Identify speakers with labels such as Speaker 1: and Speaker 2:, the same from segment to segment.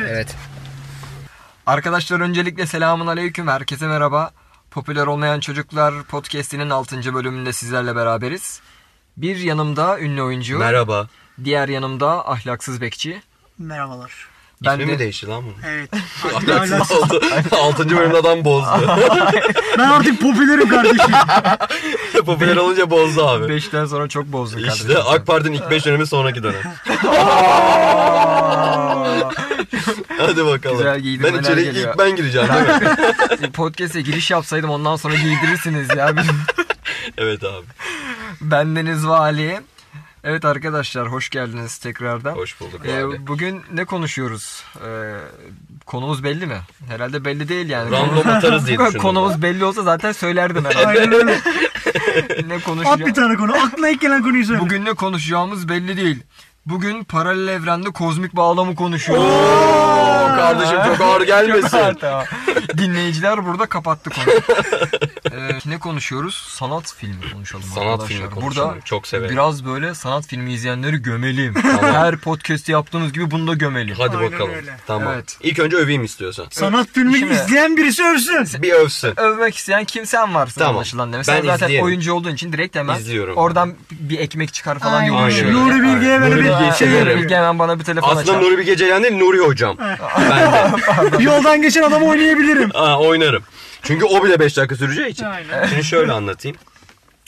Speaker 1: Evet.
Speaker 2: Arkadaşlar öncelikle selamun aleyküm. Herkese merhaba. Popüler olmayan çocuklar podcast'inin 6. bölümünde sizlerle beraberiz. Bir yanımda ünlü oyuncu,
Speaker 3: Merhaba.
Speaker 2: diğer yanımda ahlaksız bekçi.
Speaker 4: Merhabalar.
Speaker 2: Ben
Speaker 3: İsmi mi
Speaker 2: de
Speaker 3: değişti lan bunun?
Speaker 4: Evet.
Speaker 3: Ahlaksız oldu. 6. bölümde adam bozdu.
Speaker 4: ben artık popülerim kardeşim.
Speaker 3: Popüler olunca bozdu abi.
Speaker 2: 5'ten sonra çok bozduk
Speaker 3: İşte AK Parti'nin ilk 5 dönemi sonraki dönem. Hadi bakalım.
Speaker 2: Güzel giydim,
Speaker 3: ben
Speaker 2: neler
Speaker 3: içeri
Speaker 2: geliyor.
Speaker 3: ilk ben gireceğim değil mi?
Speaker 2: Podcast'e giriş yapsaydım ondan sonra giydirirsiniz ya.
Speaker 3: evet abi.
Speaker 2: Bendeniz Vali. Evet arkadaşlar hoş geldiniz tekrardan.
Speaker 3: Hoş bulduk
Speaker 2: Ee,
Speaker 3: abi.
Speaker 2: bugün ne konuşuyoruz? Ee, konumuz belli mi? Herhalde belli değil yani.
Speaker 3: Random atarız diye düşündüm.
Speaker 2: Konumuz belli olsa zaten söylerdin herhalde.
Speaker 4: Aynen öyle.
Speaker 2: ne
Speaker 4: At bir
Speaker 2: konuşacağız?
Speaker 4: tane konu. Aklına ilk gelen konuyu söyle.
Speaker 2: Bugün ne konuşacağımız belli değil. Bugün paralel evrende kozmik bağlamı konuşuyoruz.
Speaker 3: Oo, kardeşim çok ağır gelmesin.
Speaker 2: Evet, tamam. Dinleyiciler burada kapattı konuyu. Ee, ne konuşuyoruz? Sanat filmi konuşalım
Speaker 3: Sanat
Speaker 2: arkadaşlar.
Speaker 3: filmi
Speaker 2: Burada
Speaker 3: konuşalım. Çok severim.
Speaker 2: biraz böyle sanat filmi izleyenleri gömelim.
Speaker 3: Tamam.
Speaker 2: Her podcast'i yaptığımız gibi bunu da gömelim.
Speaker 3: Hadi
Speaker 4: Aynen
Speaker 3: bakalım.
Speaker 4: öyle.
Speaker 3: Tamam.
Speaker 2: Evet.
Speaker 3: İlk önce öveyim istiyorsan.
Speaker 4: Sanat filmi
Speaker 2: Şimdi-
Speaker 4: izleyen birisi ölsün.
Speaker 3: Bir övsün.
Speaker 2: Övmek isteyen kimsen varsın
Speaker 3: Tamam.
Speaker 2: anlaşılan demek. Sen
Speaker 3: Ben
Speaker 2: zaten
Speaker 3: izleyelim.
Speaker 2: oyuncu olduğun için direkt hemen
Speaker 3: İzliyorum.
Speaker 2: oradan bir ekmek çıkar falan
Speaker 4: Aynen.
Speaker 2: yolluyor.
Speaker 3: Aynen.
Speaker 4: Nuri Bilge'ye
Speaker 3: Nuri
Speaker 4: böyle bir
Speaker 3: Bilge'yi
Speaker 4: şey
Speaker 3: severim.
Speaker 4: veriyor.
Speaker 2: Bilge hemen bana bir telefon
Speaker 3: Aslında
Speaker 2: açar.
Speaker 3: Nuri bir geceleyen değil Nuri Hocam. ben de.
Speaker 4: Yoldan geçen adamı oynayabilirim.
Speaker 3: Aa, oynarım. Çünkü o bile 5 dakika süreceği için.
Speaker 4: Aynen.
Speaker 3: Şimdi şöyle anlatayım.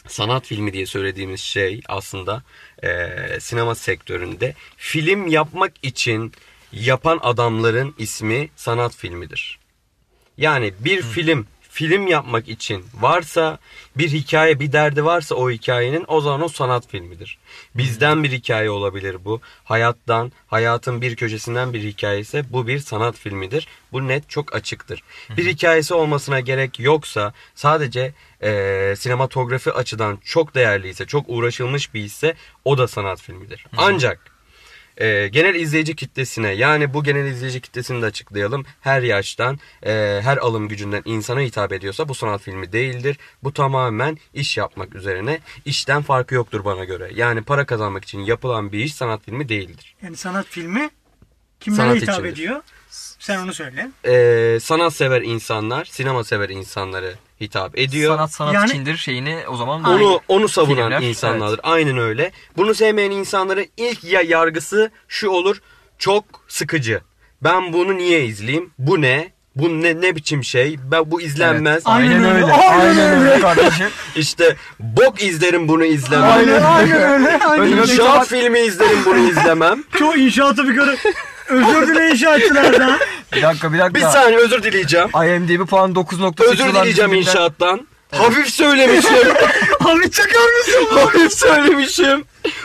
Speaker 3: Sanat filmi diye söylediğimiz şey aslında eee, sinema sektöründe film yapmak için yapan adamların ismi sanat filmidir. Yani bir film film yapmak için varsa bir hikaye bir derdi varsa o hikayenin o zaman o sanat filmidir. Bizden bir hikaye olabilir bu. Hayattan, hayatın bir köşesinden bir hikaye ise bu bir sanat filmidir. Bu net çok açıktır. Bir hikayesi olmasına gerek yoksa sadece eee, sinematografi açıdan çok değerliyse, çok uğraşılmış bir ise o da sanat filmidir. Ancak e, genel izleyici kitlesine yani bu genel izleyici kitlesini de açıklayalım. Her yaştan, e, her alım gücünden insana hitap ediyorsa bu sanat filmi değildir. Bu tamamen iş yapmak üzerine. İşten farkı yoktur bana göre. Yani para kazanmak için yapılan bir iş sanat filmi değildir.
Speaker 4: Yani sanat filmi kimlere
Speaker 3: Sanat
Speaker 4: hitap
Speaker 3: içindir.
Speaker 4: ediyor? Sen onu söyle.
Speaker 3: E, sanat sever insanlar, sinema sever insanları hitap ediyor.
Speaker 2: Sanat sanat
Speaker 4: Yani-
Speaker 2: içindir şeyini o zaman
Speaker 3: Onu onu savunan
Speaker 2: Filmler,
Speaker 3: insanlardır. Aynen öyle. Bunu sevmeyen insanların ilk ya yargısı şu olur. Çok sıkıcı. Ben bunu niye izleyeyim? Bu ne? Bu ne ne biçim şey? Ben bu izlenmez.
Speaker 4: Aynen
Speaker 2: Aynen
Speaker 4: öyle.
Speaker 2: öyle.
Speaker 4: Aynen
Speaker 2: Aynen öyle kardeşim.
Speaker 3: İşte bok izlerim bunu izlemem.
Speaker 2: Aynen.
Speaker 4: Aynen öyle. Aynen öyle.
Speaker 3: İnşaat filmi izlerim bunu izlemem.
Speaker 4: Çoğu inşaatı bir kere özür dile inşaatçılar da.
Speaker 2: Bir dakika bir dakika.
Speaker 3: Bir saniye özür dileyeceğim.
Speaker 2: IMDb puan 9.8
Speaker 3: Özür
Speaker 2: olan
Speaker 3: dileyeceğim
Speaker 2: filmler-
Speaker 3: inşaattan. Hafif söylemişim.
Speaker 4: Abi çakar mısın?
Speaker 3: Hafif söylemişim.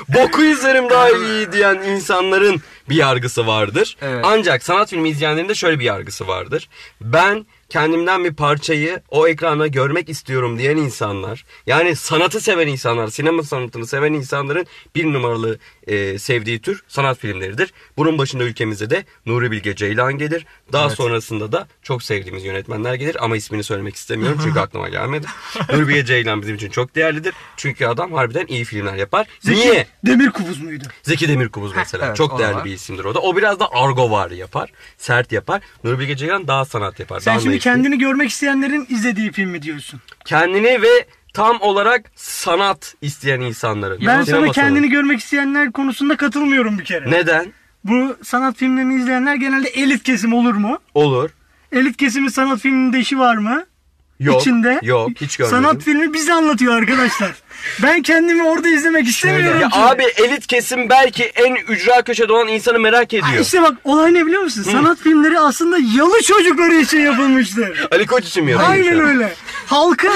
Speaker 3: Boku izlerim daha iyi diyen insanların bir yargısı vardır.
Speaker 2: Evet.
Speaker 3: Ancak sanat filmi izleyenlerin de şöyle bir yargısı vardır. Ben kendimden bir parçayı o ekranda görmek istiyorum diyen insanlar, yani sanatı seven insanlar, sinema sanatını seven insanların bir numaralı e, sevdiği tür sanat filmleridir. Bunun başında ülkemizde de Nuri Bilge Ceylan gelir. Daha sonrasında da çok sevdiğimiz yönetmenler gelir ama ismini söylemek istemiyorum çünkü aklıma gelmedi. Nuri Bilge Ceylan bizim için çok değerlidir. Çünkü adam harbiden iyi filmler yapar. Niye?
Speaker 4: Demir kubuz muydu?
Speaker 3: Zeki Demirkubuz mesela.
Speaker 2: Evet, o
Speaker 3: Çok
Speaker 2: da
Speaker 3: değerli
Speaker 2: var.
Speaker 3: bir isimdir o da. O biraz da argo var yapar. Sert yapar. Nuri Bilge Ceylan daha sanat yapar.
Speaker 4: Sen
Speaker 3: daha
Speaker 4: şimdi
Speaker 3: naiftir.
Speaker 4: kendini görmek isteyenlerin izlediği film mi diyorsun?
Speaker 3: Kendini ve tam olarak sanat isteyen insanların.
Speaker 4: Ben
Speaker 3: Sinema
Speaker 4: sana kendini
Speaker 3: sanatı.
Speaker 4: görmek isteyenler konusunda katılmıyorum bir kere.
Speaker 3: Neden?
Speaker 4: Bu sanat filmlerini izleyenler genelde elit kesim olur mu?
Speaker 3: Olur.
Speaker 4: Elit kesimin sanat filminde işi var mı?
Speaker 3: Yok.
Speaker 4: İçinde.
Speaker 3: Yok. Hiç görmedim.
Speaker 4: Sanat filmi bizi anlatıyor arkadaşlar. ben kendimi orada izlemek istemiyorum
Speaker 3: Ya
Speaker 4: ki.
Speaker 3: abi elit kesim belki en ücra köşede olan insanı merak
Speaker 4: Ha,
Speaker 3: ediyor.
Speaker 4: İşte bak olay ne biliyor musun? Sanat filmleri aslında yalı çocukları için yapılmıştır.
Speaker 3: Ali Koç için mi yapıyorsun
Speaker 4: Aynen
Speaker 3: şu an?
Speaker 4: öyle. Halkı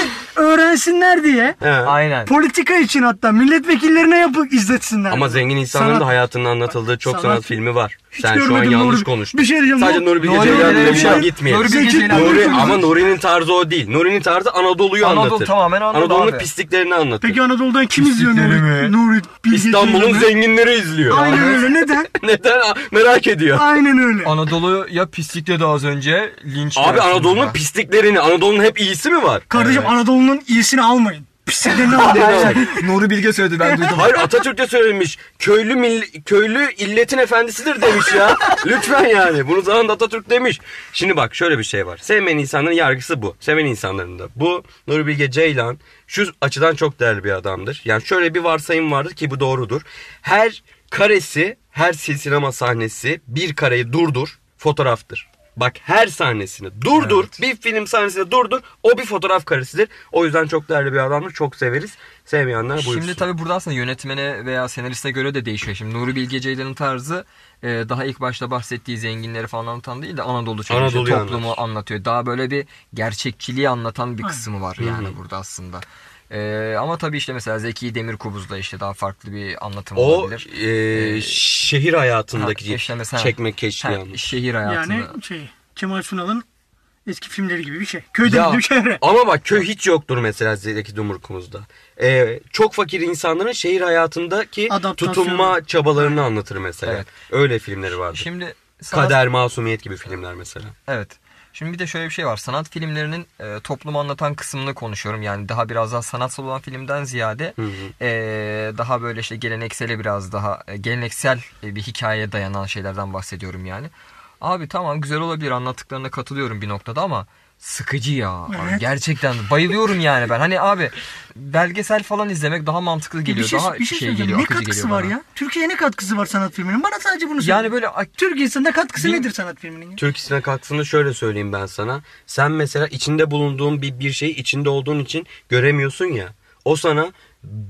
Speaker 4: öğrensinler diye.
Speaker 3: He.
Speaker 2: Aynen.
Speaker 4: Politika için hatta milletvekillerine yapıp izletsinler.
Speaker 3: Ama zengin insanların
Speaker 4: Sanat-
Speaker 3: da hayatının anlatıldığı çok sanat,
Speaker 4: sanat-
Speaker 3: filmi var.
Speaker 4: Hiç
Speaker 3: Sen şu an
Speaker 4: görmedim
Speaker 3: yanlış
Speaker 4: Nuri-
Speaker 3: konuştun.
Speaker 4: Bir şey diyeceğim,
Speaker 3: Sadece
Speaker 4: Nuri-
Speaker 3: Nuri Bilge
Speaker 2: Nuri
Speaker 3: Ceylan'ın
Speaker 2: Bilge
Speaker 3: peşinden
Speaker 2: Ceylan-
Speaker 3: gitmeyelim.
Speaker 2: Nuri Bilge
Speaker 4: Zeki-
Speaker 2: Ceylan-
Speaker 3: Nuri,
Speaker 4: Nuri-
Speaker 3: ama Nuri'nin tarzı o değil. Nuri'nin tarzı Anadolu'yu
Speaker 2: Anadolu,
Speaker 3: anlatır.
Speaker 2: tamamen Anadolu
Speaker 3: Anadolu'nun
Speaker 2: abi.
Speaker 3: pisliklerini anlatır.
Speaker 4: Peki Anadolu'dan kim izliyor Nuri?
Speaker 2: mi?
Speaker 4: Nuri Bilge
Speaker 3: İstanbul'un
Speaker 4: Ceylan'ı?
Speaker 3: zenginleri izliyor.
Speaker 4: Aynen öyle. Neden?
Speaker 3: Neden? Aa, Merak ediyor.
Speaker 4: Aynen öyle.
Speaker 2: Anadolu ya pislikte de az önce linç.
Speaker 3: Abi
Speaker 2: görsün
Speaker 3: Anadolu'nun
Speaker 2: ya.
Speaker 3: pisliklerini, Anadolu'nun hep iyisi mi var?
Speaker 4: Kardeşim Anadolu'nun iyisini almayın. Pisinde ne oldu?
Speaker 3: Aynen.
Speaker 2: Nuri Bilge söyledi ben duydum.
Speaker 3: Hayır Atatürk'te söylemiş. Köylü mill- köylü illetin efendisidir demiş ya. Lütfen yani. Bunu zamanında Atatürk demiş. Şimdi bak şöyle bir şey var. Sevmeyen insanların yargısı bu. Seven insanların da. Bu Nuri Bilge Ceylan şu açıdan çok değerli bir adamdır. Yani şöyle bir varsayım vardır ki bu doğrudur. Her karesi, her sil sinema sahnesi bir kareyi durdur fotoğraftır. Bak her sahnesini durdur. Bir film sahnesini durdur. O bir fotoğraf karesidir. O yüzden çok değerli bir adamdır. Çok severiz. Sevmeyenler buyursun.
Speaker 2: Şimdi tabii burada aslında yönetmene veya senariste göre de değişiyor. Şimdi Nuri Bilge Ceylan'ın tarzı e, daha ilk başta bahsettiği zenginleri falan anlatan değil de Anadolu çocuğu
Speaker 3: Anadolu'yu
Speaker 2: toplumu
Speaker 3: anlatıyor.
Speaker 2: anlatıyor. Daha böyle bir gerçekçiliği anlatan bir kısmı var yani burada aslında. E, ama tabii işte mesela Zeki Demirkubuz'da işte daha farklı bir anlatım
Speaker 3: O
Speaker 2: olabilir. Ee,
Speaker 3: e, şehir hayatındaki
Speaker 2: Ha, işte mesela-
Speaker 3: çekmek
Speaker 2: Ha,
Speaker 3: keşke
Speaker 2: şehir hayatında.
Speaker 4: Yani şey Kemal Sunal'ın eski filmleri gibi bir şey. Köyde
Speaker 3: Ya,
Speaker 4: bir çevre.
Speaker 3: ama bak köy hiç yoktur mesela Zeki Dumurkumuz'da. E, çok fakir insanların şehir hayatındaki
Speaker 4: Adaptasyon.
Speaker 3: tutunma çabalarını anlatır mesela.
Speaker 2: Evet.
Speaker 3: Öyle filmleri vardır.
Speaker 2: Şimdi sana-
Speaker 3: Kader, Masumiyet gibi filmler mesela.
Speaker 2: Evet. Şimdi bir de şöyle bir şey var. Sanat filmlerinin e, toplumu anlatan kısmını konuşuyorum. Yani daha biraz daha sanatsal olan filmden ziyade e, daha böyle işte geleneksele biraz daha e, geleneksel e, bir hikayeye dayanan şeylerden bahsediyorum yani. Abi tamam güzel olabilir anlattıklarına katılıyorum bir noktada ama sıkıcı ya. Abi gerçekten bayılıyorum yani ben. Hani abi belgesel falan izlemek daha mantıklı geliyor. daha şey
Speaker 4: söyleyeceğim.
Speaker 2: geliyor.
Speaker 4: Ne
Speaker 2: akıcı
Speaker 4: katkısı
Speaker 2: geliyor
Speaker 4: var
Speaker 2: bana.
Speaker 4: ya? Türkiye'ye ne katkısı var sanat filminin? Bana sadece bunu söyle.
Speaker 2: Yani böyle ak-
Speaker 4: Türk insanında katkısı
Speaker 2: Bil-
Speaker 4: nedir sanat filminin? ya?
Speaker 3: Türk ismine kalktığında şöyle söyleyeyim ben sana. Sen mesela içinde bulunduğun bir, bir şeyi içinde olduğun için göremiyorsun ya. O sana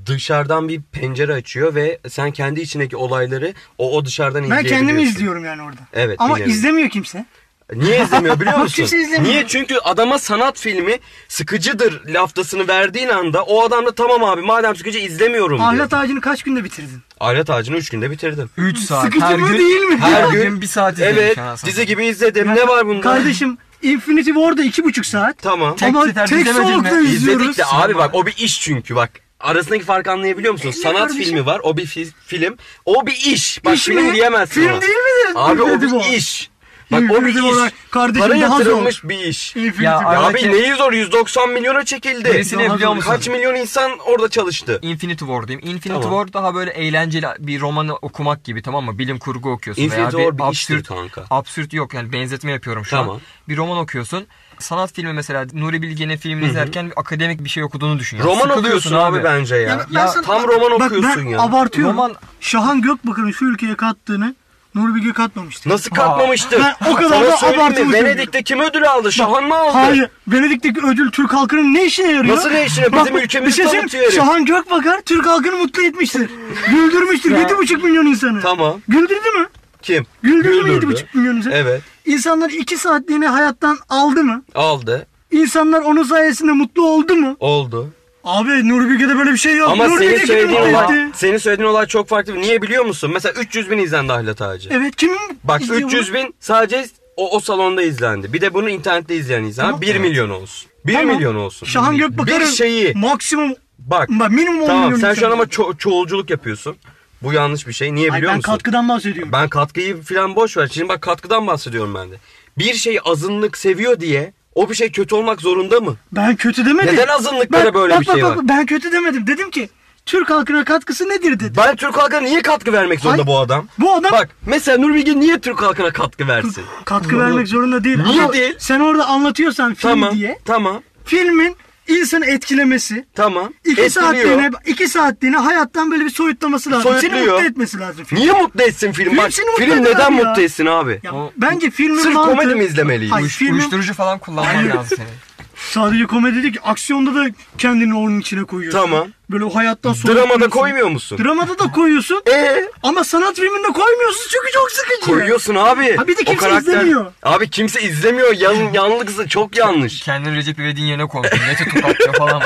Speaker 3: dışarıdan bir pencere açıyor ve sen kendi içindeki olayları o, o dışarıdan
Speaker 4: Ben
Speaker 3: izleyebiliyorsun.
Speaker 4: kendimi izliyorum yani orada.
Speaker 3: Evet,
Speaker 4: Ama
Speaker 3: biliyorum.
Speaker 4: izlemiyor kimse.
Speaker 3: Niye izlemiyor biliyor musun?
Speaker 4: Kimse izlemiyor.
Speaker 3: Niye? Çünkü adama sanat filmi sıkıcıdır laftasını verdiğin anda o adam da tamam abi madem sıkıcı izlemiyorum diyor.
Speaker 4: Ahlat ağacını kaç günde bitirdin?
Speaker 3: Ahlat ağacını 3 günde bitirdim.
Speaker 2: 3 saat
Speaker 4: Sıkıcı
Speaker 2: her
Speaker 4: mı
Speaker 2: gün
Speaker 4: değil mi?
Speaker 2: her gün bir saat izlemiş
Speaker 3: Evet
Speaker 2: yani aslında.
Speaker 3: dizi gibi izledim ne var bunda?
Speaker 4: Kardeşim Infinity War'da iki buçuk saat.
Speaker 3: Tamam.
Speaker 2: Tek
Speaker 4: Ama
Speaker 2: seferde
Speaker 4: tek
Speaker 2: izlemedin mi?
Speaker 4: solukta
Speaker 2: İzledik
Speaker 4: izliyoruz.
Speaker 3: İzledik de abi bak o bir iş çünkü bak. Arasındaki farkı anlayabiliyor musun? Sanat
Speaker 4: E, kardeşim?
Speaker 3: filmi var. O bir fi- film. O bir iş. Bak
Speaker 4: İş
Speaker 3: film
Speaker 4: mi?
Speaker 3: diyemezsin
Speaker 4: Film
Speaker 3: ona.
Speaker 4: değil mi de?
Speaker 3: Abi o
Speaker 4: Bilmedim
Speaker 3: bir
Speaker 4: o.
Speaker 3: iş. Bak o bir
Speaker 4: Bilmedim olarak
Speaker 3: iş.
Speaker 4: kardeşim
Speaker 3: Para
Speaker 4: daha zor.
Speaker 3: yatırılmış bir iş.
Speaker 4: Infinity
Speaker 2: Ya,
Speaker 4: War.
Speaker 3: Ya
Speaker 2: Aradaki-
Speaker 3: abi neyi zor 190 milyona çekildi.
Speaker 2: Birisi ne
Speaker 4: Daha
Speaker 2: biliyor
Speaker 4: zor.
Speaker 2: musun?
Speaker 3: Kaç milyon insan orada çalıştı.
Speaker 2: Infinity War diyeyim. Infinity
Speaker 3: Tamam.
Speaker 2: War daha böyle eğlenceli bir romanı okumak gibi tamam mı? Bilim kurgu okuyorsun
Speaker 3: Infinity
Speaker 2: veya
Speaker 3: War bir iştir
Speaker 2: absürt,
Speaker 3: kanka.
Speaker 2: absürt yok yani benzetme yapıyorum şu
Speaker 3: Tamam.
Speaker 2: an. Bir roman okuyorsun. Sanat filmi mesela Nuri Bilge'nin filmini izlerken bir akademik bir şey okuduğunu düşünüyorsun.
Speaker 3: Roman
Speaker 2: Sıkılıyorsun
Speaker 3: okuyorsun abi bence ya.
Speaker 4: Ya ben sana-
Speaker 3: tam roman
Speaker 4: Bak
Speaker 3: okuyorsun
Speaker 4: ben
Speaker 3: ya.
Speaker 4: abartıyorum.
Speaker 2: Roman-
Speaker 4: Şahan Gökbakar'ın şu ülkeye kattığını Nuri Bilge katmamıştı.
Speaker 3: Nasıl katmamıştır?
Speaker 4: Ha, ben o kadar
Speaker 3: Sana
Speaker 4: da
Speaker 3: söyleyeyim mi?
Speaker 4: abartılı söylüyorum.
Speaker 3: Venedik'te kim ödül aldı? Şahan mı aldı?
Speaker 4: Hayır. Venedik'teki ödül Türk halkının ne işine yarıyor?
Speaker 3: Nasıl ne işine? Bizim
Speaker 4: Bak,
Speaker 3: ülkemizi
Speaker 4: bir şey söyleyeyim.
Speaker 3: tanıtıyor herif.
Speaker 4: Şahan Gökbakar Türk halkını mutlu etmiştir. Güldürmüştür.
Speaker 2: Ya.
Speaker 4: 7,5 milyon insanı.
Speaker 3: Tamam.
Speaker 4: Güldürdü mü?
Speaker 3: Kim?
Speaker 4: Güldürdü mü
Speaker 3: Güldürdü.
Speaker 4: 7,5 milyon insanı?
Speaker 3: Evet.
Speaker 4: İnsanlar 2 saatliğine hayattan aldı mı?
Speaker 3: Aldı.
Speaker 4: İnsanlar onun sayesinde mutlu oldu mu?
Speaker 3: Oldu.
Speaker 4: Abi Nuri Bilge'de böyle bir şey yok.
Speaker 3: Ama
Speaker 4: Nuri
Speaker 3: senin
Speaker 4: Bilge kimi
Speaker 3: söylediğin
Speaker 4: mutlu
Speaker 3: olay,
Speaker 4: etti?
Speaker 3: senin söylediğin olay çok farklı. Niye biliyor musun? Mesela 300 bin izlendi Ahlat Ağacı.
Speaker 4: Evet kimin
Speaker 3: Bak
Speaker 4: izliyor bunu?
Speaker 3: 300 bin sadece o, o salonda izlendi. Bir de bunu internette izleyen insan 1 milyon olsun. 1
Speaker 4: Tamam.
Speaker 3: milyon olsun.
Speaker 4: Şahan Gökbakar'ın
Speaker 3: Bir şeyi
Speaker 4: maksimum
Speaker 3: bak.
Speaker 4: Bak, minimum on
Speaker 3: Tamam
Speaker 4: milyon
Speaker 3: sen
Speaker 4: insan
Speaker 3: şu an ama
Speaker 4: var.
Speaker 3: ço- çoğulculuk yapıyorsun. Bu yanlış bir şey. Niye
Speaker 4: Ay,
Speaker 3: biliyor
Speaker 4: ben
Speaker 3: musun?
Speaker 4: katkıdan bahsediyorum.
Speaker 3: Ben katkıyı falan boş ver. Şimdi bak katkıdan bahsediyorum ben de. Bir şeyi azınlık seviyor diye o bir şey kötü olmak zorunda mı?
Speaker 4: Ben kötü demedim.
Speaker 3: Neden azınlıklara
Speaker 4: Ben-
Speaker 3: böyle
Speaker 4: bak,
Speaker 3: bir
Speaker 4: bak,
Speaker 3: şey
Speaker 4: bak,
Speaker 3: var?
Speaker 4: Ben kötü demedim. Dedim ki Türk halkına katkısı nedir dedim.
Speaker 3: Ben Türk halkına niye katkı vermek zorunda
Speaker 4: Hayır.
Speaker 3: bu adam?
Speaker 4: Bu adam-
Speaker 3: Bak mesela Nur Bilge niye Türk halkına katkı versin?
Speaker 4: Katkı vermek zorunda değil.
Speaker 3: Niye
Speaker 4: Ama
Speaker 3: değil?
Speaker 4: Sen orada anlatıyorsan film
Speaker 3: Tamam.
Speaker 4: diye.
Speaker 3: Tamam.
Speaker 4: Filmin insanı etkilemesi.
Speaker 3: Tamam.
Speaker 4: iki
Speaker 3: Etkiliyor.
Speaker 4: saatliğine, iki saatliğine hayattan böyle bir soyutlaması lazım. Seni
Speaker 3: Soyutluyor.
Speaker 4: mutlu etmesi lazım. film.
Speaker 3: Niye mutlu etsin film?
Speaker 4: Film
Speaker 3: Bak,
Speaker 4: seni mutlu
Speaker 3: film
Speaker 4: eder
Speaker 3: neden
Speaker 4: abi ya.
Speaker 3: mutlu etsin abi?
Speaker 4: Ya,
Speaker 2: O-
Speaker 4: bence filmin
Speaker 3: Sırf
Speaker 4: mantığı...
Speaker 3: komedi mi izlemeliyiz?
Speaker 4: Hayır,
Speaker 2: Uyuş-
Speaker 4: filmin
Speaker 2: Uyuşturucu falan kullanman lazım senin.
Speaker 4: sadece komedi değil ki. Aksiyonda da kendini onun içine koyuyorsun.
Speaker 3: Tamam.
Speaker 4: Böyle o hayattan soyutluyorsun.
Speaker 3: Dramada koymuyor musun?
Speaker 4: Dramada da koyuyorsun.
Speaker 3: Ee?
Speaker 4: Ama sanat filminde koymuyorsun çünkü çok sıkıcı.
Speaker 3: Koyuyorsun abi.
Speaker 4: Ha bir de
Speaker 3: O
Speaker 4: kimse izlemiyor.
Speaker 3: Abi kimse izlemiyor. Yan, yanlıksa çok yanlış.
Speaker 2: Kendini Recep İvedik'in yerine koydun. Nece tokatça falan.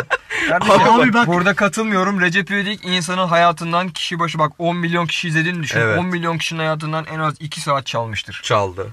Speaker 2: Kardeşim,
Speaker 4: Abi
Speaker 2: bak,
Speaker 4: bak-
Speaker 2: Burada katılmıyorum. Recep İvedik insanın hayatından kişi başı bak 10 milyon kişi izlediğini düşün.
Speaker 3: Evet.
Speaker 2: 10 milyon kişinin hayatından en az 2 saat çalmıştır.
Speaker 3: Çaldı.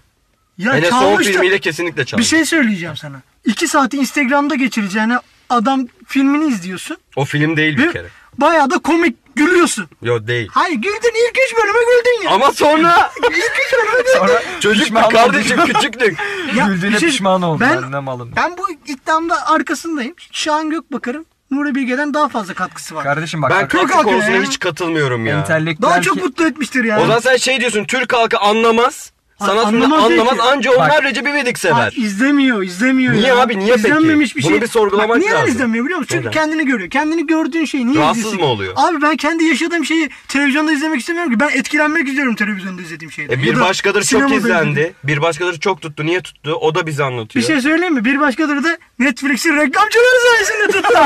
Speaker 4: Ya
Speaker 3: Hele son
Speaker 4: çalmış da-
Speaker 3: filmiyle kesinlikle çaldı.
Speaker 4: Bir şey söyleyeceğim sana. İki saati Instagram'da geçireceğine adam filmini izliyorsun.
Speaker 3: O film değil bir
Speaker 4: Ve
Speaker 3: kere.
Speaker 4: bayağı da komik gülüyorsun.
Speaker 3: Yo değil.
Speaker 4: Hayır güldün ilk üç bölüme güldün ya.
Speaker 3: Ama sonra
Speaker 4: İlk üç bölüme güldün.
Speaker 2: Sonra
Speaker 3: çocuk
Speaker 2: pişman
Speaker 3: mu
Speaker 2: oldum.
Speaker 3: kardeşim küçüktük.
Speaker 4: Ya,
Speaker 2: Güldüğüne
Speaker 4: bir şey-
Speaker 2: pişman oldum.
Speaker 4: Ben-
Speaker 2: Ben, ne malım.
Speaker 4: Ben bu iddiamda arkasındayım. Şahan Gökbakar'ın Nuri Bilge'den daha fazla katkısı var.
Speaker 2: Kardeşim bak.
Speaker 3: Ben
Speaker 2: bak-
Speaker 3: Türk
Speaker 4: Kalk
Speaker 3: halkı konusuna
Speaker 4: ya.
Speaker 3: hiç katılmıyorum ya.
Speaker 2: entelektüel
Speaker 4: daha çok
Speaker 2: ki-
Speaker 4: mutlu etmiştir yani.
Speaker 3: O zaman sen şey diyorsun Türk halkı anlamaz.
Speaker 4: Ha,
Speaker 3: Sanat anlamaz,
Speaker 4: anlamaz değil ki.
Speaker 3: anca onlar
Speaker 2: Bak.
Speaker 3: Recep İvedik
Speaker 4: Ha,
Speaker 3: sever.
Speaker 4: izlemiyor, izlemiyor
Speaker 3: Niye
Speaker 4: ya.
Speaker 3: abi, niye peki?
Speaker 4: İzlenmemiş bir
Speaker 3: Bunu
Speaker 4: şey.
Speaker 3: bir sorgulamak
Speaker 4: Bak, Niye
Speaker 3: lazım.
Speaker 4: izlenmiyor biliyor musun? Çünkü
Speaker 3: Neden?
Speaker 4: kendini görüyor. Kendini gördüğün şeyi niye
Speaker 3: Rahatsız
Speaker 4: izlesin?
Speaker 3: mı oluyor?
Speaker 4: Abi ben kendi yaşadığım şeyi televizyonda izlemek istemiyorum ki. Ben etkilenmek istiyorum televizyonda izlediğim şeyden.
Speaker 3: E
Speaker 4: Ya
Speaker 3: bir
Speaker 4: da
Speaker 3: başkadır çok
Speaker 4: sinemada
Speaker 3: izlendi.
Speaker 4: izlediğim.
Speaker 3: Bir başkadır çok tuttu. Niye tuttu? O da bize anlatıyor.
Speaker 4: Bir şey söyleyeyim mi? Bir başkadır da Netflix'in reklamcıları sayesinde tuttu.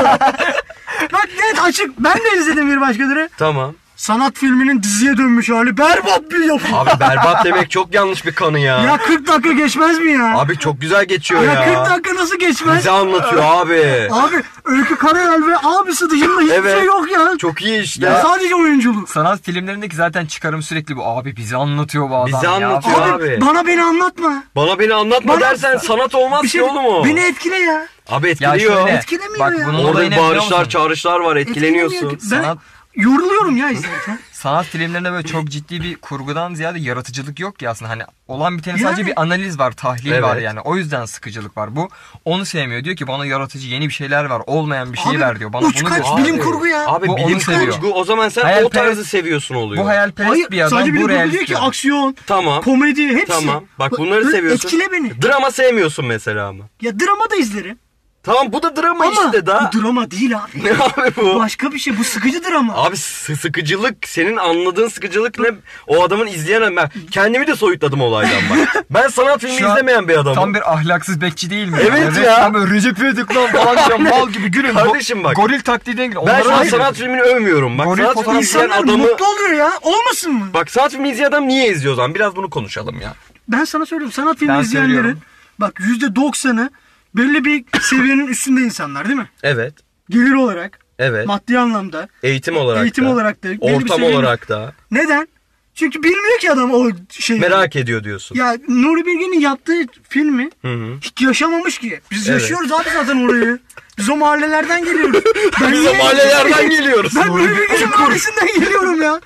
Speaker 4: Bak net açık. Ben de izledim bir başkadırı.
Speaker 3: Tamam.
Speaker 4: Sanat filminin diziye dönmüş hali berbat bir yapım.
Speaker 3: Abi berbat demek çok yanlış bir kanı ya.
Speaker 4: Ya 40 dakika geçmez mi ya?
Speaker 3: Abi çok güzel geçiyor
Speaker 4: ya,
Speaker 3: ya.
Speaker 4: 40 dakika nasıl geçmez?
Speaker 3: Bize anlatıyor abi.
Speaker 4: Abi Öykü Karayel ve abisi dışında hiçbir
Speaker 3: Evet.
Speaker 4: şey yok ya.
Speaker 3: Çok iyi işte.
Speaker 4: Ya sadece oyunculuk.
Speaker 2: Sanat filmlerindeki zaten çıkarım sürekli bu. Abi bizi anlatıyor bu adam
Speaker 3: Bizi
Speaker 2: ya.
Speaker 3: anlatıyor.
Speaker 4: Abi,
Speaker 3: Abi.
Speaker 4: bana beni anlatma.
Speaker 3: Bana beni anlatma
Speaker 4: Bana-
Speaker 3: dersen sanat olmaz
Speaker 4: Bir şey
Speaker 3: ki oğlum o.
Speaker 4: beni etkile ya.
Speaker 3: Abi
Speaker 2: Ya
Speaker 3: etkiliyor.
Speaker 2: şöyle.
Speaker 4: Etkilemiyor
Speaker 2: bak,
Speaker 4: ya.
Speaker 2: bunun
Speaker 3: Orada
Speaker 2: olayı ne
Speaker 3: bir
Speaker 2: biliyor
Speaker 3: bağırışlar,
Speaker 2: musun?
Speaker 3: çağrışlar var.
Speaker 4: Etkilemiyor
Speaker 3: Etkileniyorsun.
Speaker 4: ki. Ben
Speaker 2: Sanat-
Speaker 4: yoruluyorum ya izlerken.
Speaker 2: Sanat filmlerinde böyle çok ciddi bir kurgudan ziyade yaratıcılık yok ki aslında. Hani olan biteni
Speaker 4: Yani.
Speaker 2: sadece bir analiz var, tahlil
Speaker 3: Evet.
Speaker 2: var yani. O yüzden sıkıcılık var bu. Onu sevmiyor. Diyor ki bana yaratıcı yeni bir şeyler var. Olmayan bir şey
Speaker 4: Abi,
Speaker 2: ver diyor. Bana
Speaker 4: uç
Speaker 2: bunu
Speaker 4: kaç
Speaker 2: diyor.
Speaker 4: bilim kurgu ya.
Speaker 3: Abi
Speaker 2: Bu
Speaker 3: bilim
Speaker 2: onu seviyor.
Speaker 3: kurgu o zaman sen o
Speaker 2: Hayalperest-
Speaker 3: tarzı seviyorsun oluyor.
Speaker 2: Bu hayalperest bir adam,
Speaker 4: sadece
Speaker 2: bu
Speaker 4: bilim kurgu değil
Speaker 2: realist.
Speaker 4: ki
Speaker 2: yani.
Speaker 4: aksiyon,
Speaker 3: Tamam.
Speaker 4: komedi hepsi.
Speaker 3: Tamam. Bak
Speaker 4: Bu-
Speaker 3: bunları
Speaker 4: ö-
Speaker 3: seviyorsun.
Speaker 4: Etkile beni.
Speaker 3: Drama sevmiyorsun mesela ama.
Speaker 4: Ya drama da izlerim.
Speaker 3: Tamam bu da drama
Speaker 4: Ama
Speaker 3: işte daha.
Speaker 4: bu drama değil abi.
Speaker 3: Ne abi bu?
Speaker 4: Başka bir şey. Bu sıkıcı drama.
Speaker 3: Abi sı- sıkıcılık senin anladığın sıkıcılık ne? O adamın izleyen ben kendimi de soyutladım olaydan bak. Ben sanat filmi
Speaker 2: Şu an
Speaker 3: izlemeyen bir adamım.
Speaker 2: Tam bir ahlaksız bekçi değil mi?
Speaker 3: Evet
Speaker 2: Yani
Speaker 3: ya.
Speaker 2: resmen böyle Recep İvedik lan falan diyor. mal gibi gülün.
Speaker 3: Kardeşim bak.
Speaker 2: Goril taklidine gülün.
Speaker 3: ben
Speaker 2: Onlara
Speaker 3: şu an
Speaker 2: bak.
Speaker 3: sanat filmini övmüyorum. Bak
Speaker 2: Goril
Speaker 3: sanat filmi
Speaker 2: fotoğraf-
Speaker 3: izleyen
Speaker 4: İnsanlar
Speaker 3: adamı
Speaker 4: mutlu oluyor ya. Olmasın mı?
Speaker 3: Bak sanat filmi izleyen adam niye izliyor o zaman? Biraz bunu konuşalım ya.
Speaker 4: Ben sana söylüyorum. Sanat filmi
Speaker 2: Ben
Speaker 4: izleyenlerin
Speaker 2: söylüyorum.
Speaker 4: bak %90'ı belli bir seviyenin üstünde insanlar değil mi?
Speaker 3: Evet.
Speaker 4: Gelir olarak,
Speaker 3: Evet.
Speaker 4: maddi anlamda.
Speaker 3: Eğitim olarak
Speaker 4: Eğitim
Speaker 3: da.
Speaker 4: olarak da, belli bir
Speaker 3: Ortam
Speaker 4: seviyenin-
Speaker 3: olarak da.
Speaker 4: Neden? Çünkü bilmiyor ki adam o şeyi.
Speaker 3: Merak ediyor diyorsun.
Speaker 4: Ya Nuri Bilge'nin yaptığı filmi
Speaker 3: Hı hı.
Speaker 4: hiç yaşamamış ki. Biz
Speaker 3: Evet.
Speaker 4: yaşıyoruz abi zaten orayı. Biz o mahallelerden geliyoruz. Ben
Speaker 3: Biz de
Speaker 4: niye-
Speaker 3: mahallelerden geliyoruz.
Speaker 4: Ben Nuri Bilge'nin mahallesinden geliyorum ya.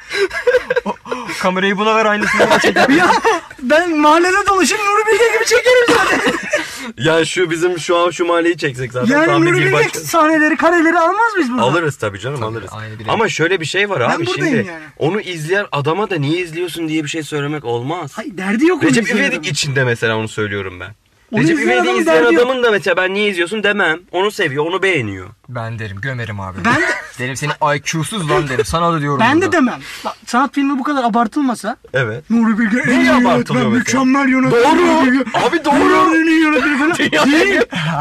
Speaker 2: Kamerayı buna ver aynısını. bana çek.
Speaker 4: ya ben mahallede dolaşıp Nuri Bilge gibi çekerim zaten.
Speaker 3: Ya şu bizim şu an şu mahalleyi çeksek zaten.
Speaker 4: yani
Speaker 3: tam bir
Speaker 4: Nuri Bilge
Speaker 3: başka-
Speaker 4: sahneleri, kareleri almaz biz buradan.
Speaker 3: Alırız tabii canım alırız.
Speaker 2: aynı bir-
Speaker 3: Ama şöyle bir şey var
Speaker 4: Ben
Speaker 3: abi
Speaker 4: buradayım
Speaker 3: şimdi.
Speaker 4: yani.
Speaker 3: Onu izleyen adama da niye izliyorsun diye bir şey söylemek olmaz.
Speaker 4: Hayır, derdi yok. onun
Speaker 3: Recep
Speaker 4: izleyen
Speaker 3: İvedik
Speaker 4: adamın.
Speaker 3: içinde mesela onu söylüyorum ben.
Speaker 4: Onu
Speaker 3: Recep
Speaker 4: izleyen
Speaker 3: İvedik'i
Speaker 4: adamın
Speaker 3: izleyen
Speaker 4: derdi yok.
Speaker 3: adamın da mesela ben niye izliyorsun demem. Onu seviyor, onu beğeniyor.
Speaker 2: Ben derim gömerim abi.
Speaker 4: Ben de-
Speaker 2: derim senin IQ'suz lan derim. Sana da diyorum.
Speaker 4: Ben de
Speaker 2: bunu.
Speaker 4: demem. Bak, sanat filmi bu kadar abartılmasa
Speaker 3: Evet.
Speaker 4: Nuri Bilge en iyi
Speaker 3: Niye
Speaker 4: yönetmen,
Speaker 3: abartılıyor mesela?
Speaker 4: mükemmel yönetmen.
Speaker 3: Doğru.
Speaker 4: Nuri Bilge-
Speaker 3: Abi doğru.
Speaker 4: Dünyanın en iyi yönetmeni falan.
Speaker 3: Dünyanın en iyi-
Speaker 4: Değil.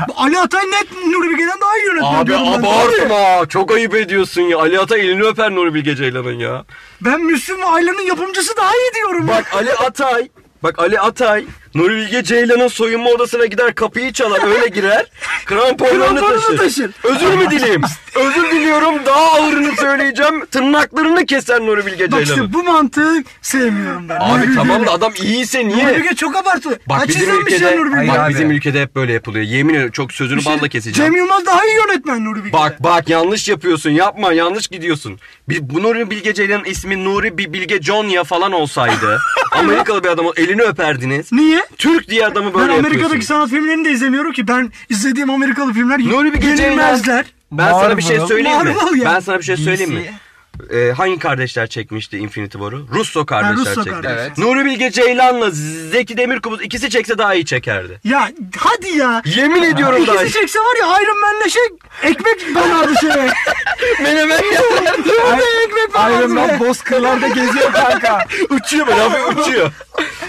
Speaker 4: Bu Ali Atay net Nuri Bilge'den daha iyi yönetmen
Speaker 3: Abi
Speaker 4: diyorum ben.
Speaker 3: abartma. Çok ayıp ediyorsun ya. Ali Atay elini öper Nuri Bilge Ceylan'ın ya.
Speaker 4: Ben Müslüm ve Ayla'nın yapımcısı daha iyi diyorum. ya.
Speaker 3: Bak Ali Atay. Bak Ali Atay. Nuri Bilge Ceylan'ın soyunma odasına gider kapıyı çalar öyle girer. Kramponlarını taşır.
Speaker 4: Kramponunu taşır.
Speaker 3: Özür mü dileyim? Özür diliyorum daha ağırını söyleyeceğim. Tırnaklarını keser Nuri Bilge
Speaker 4: Bak
Speaker 3: Ceylan'ın.
Speaker 4: işte bu mantığı sevmiyorum ben. Nuri
Speaker 3: Abi
Speaker 4: Bilge-
Speaker 3: tamam da adam iyiyse
Speaker 4: Nuri
Speaker 3: niye?
Speaker 4: Bilge çok abartı.
Speaker 3: Bak
Speaker 4: Kaç
Speaker 3: bizim
Speaker 4: izlenmiş
Speaker 3: ülkede
Speaker 4: ya Nuri
Speaker 2: Ay,
Speaker 4: Bilge? şey-
Speaker 3: bak
Speaker 2: Abi.
Speaker 3: bizim ülkede hep böyle yapılıyor. Yemin ediyorum çok sözünü balla keseceğim.
Speaker 4: Cem Yılmaz daha iyi yönetmen Nuri Bilge'den.
Speaker 3: Bak bak yanlış yapıyorsun. Yapma yanlış gidiyorsun. Bir, bu Nuri Bilge Ceylan'ın ismi Nuri Bi- Bilge Jonya falan olsaydı Amerikalı bir adamın elini öperdiniz.
Speaker 4: Niye?
Speaker 3: Türk diye adamı böyle
Speaker 4: ben Amerika'daki
Speaker 3: yapıyorsun.
Speaker 4: sanat filmlerini de izlemiyorum ki. Ben izlediğim Amerikalı filmler
Speaker 3: Nuri Bilge Ceylan.
Speaker 4: yenilmezler.
Speaker 3: Ben sana bir şey
Speaker 2: Marvel.
Speaker 3: söyleyeyim mi?
Speaker 4: Marvel yani.
Speaker 3: Ben sana bir şey
Speaker 2: DC.
Speaker 3: söyleyeyim mi? Ee, hangi kardeşler çekmişti Infinity War'u? Russo kardeşler
Speaker 4: Russo
Speaker 3: çekti.
Speaker 4: kardeşler.
Speaker 2: Evet.
Speaker 3: Nuri Bilge Ceylan'la Zeki Demirkubuz ikisi çekse daha iyi çekerdi.
Speaker 4: Ya hadi ya.
Speaker 3: Yemin ediyorum daha iyi.
Speaker 4: İkisi çekse var ya Iron Man'le şey ekmek banardı şeye.
Speaker 3: Menemen yapardı.
Speaker 4: Yumurta ekmek banardı.
Speaker 2: Iron Man
Speaker 4: be.
Speaker 2: bozkırlarda geziyor kanka.
Speaker 3: uçuyor böyle abi uçuyor.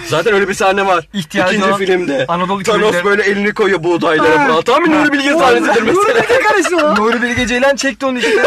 Speaker 3: Zaten öyle bir sahne var.
Speaker 2: İhtiyacı
Speaker 3: İkinci
Speaker 2: olan
Speaker 3: filmde.
Speaker 2: Anadolu
Speaker 3: Thanos
Speaker 2: köylüleri-
Speaker 3: böyle elini koyuyor buğdaylara
Speaker 4: Ha.
Speaker 3: falan. Tam bir Nuri Bilge sahnesidir
Speaker 4: Nuri
Speaker 3: mesela.
Speaker 4: Bilge karesi o.
Speaker 2: Nuri Bilge Ceylan çekti onu işte.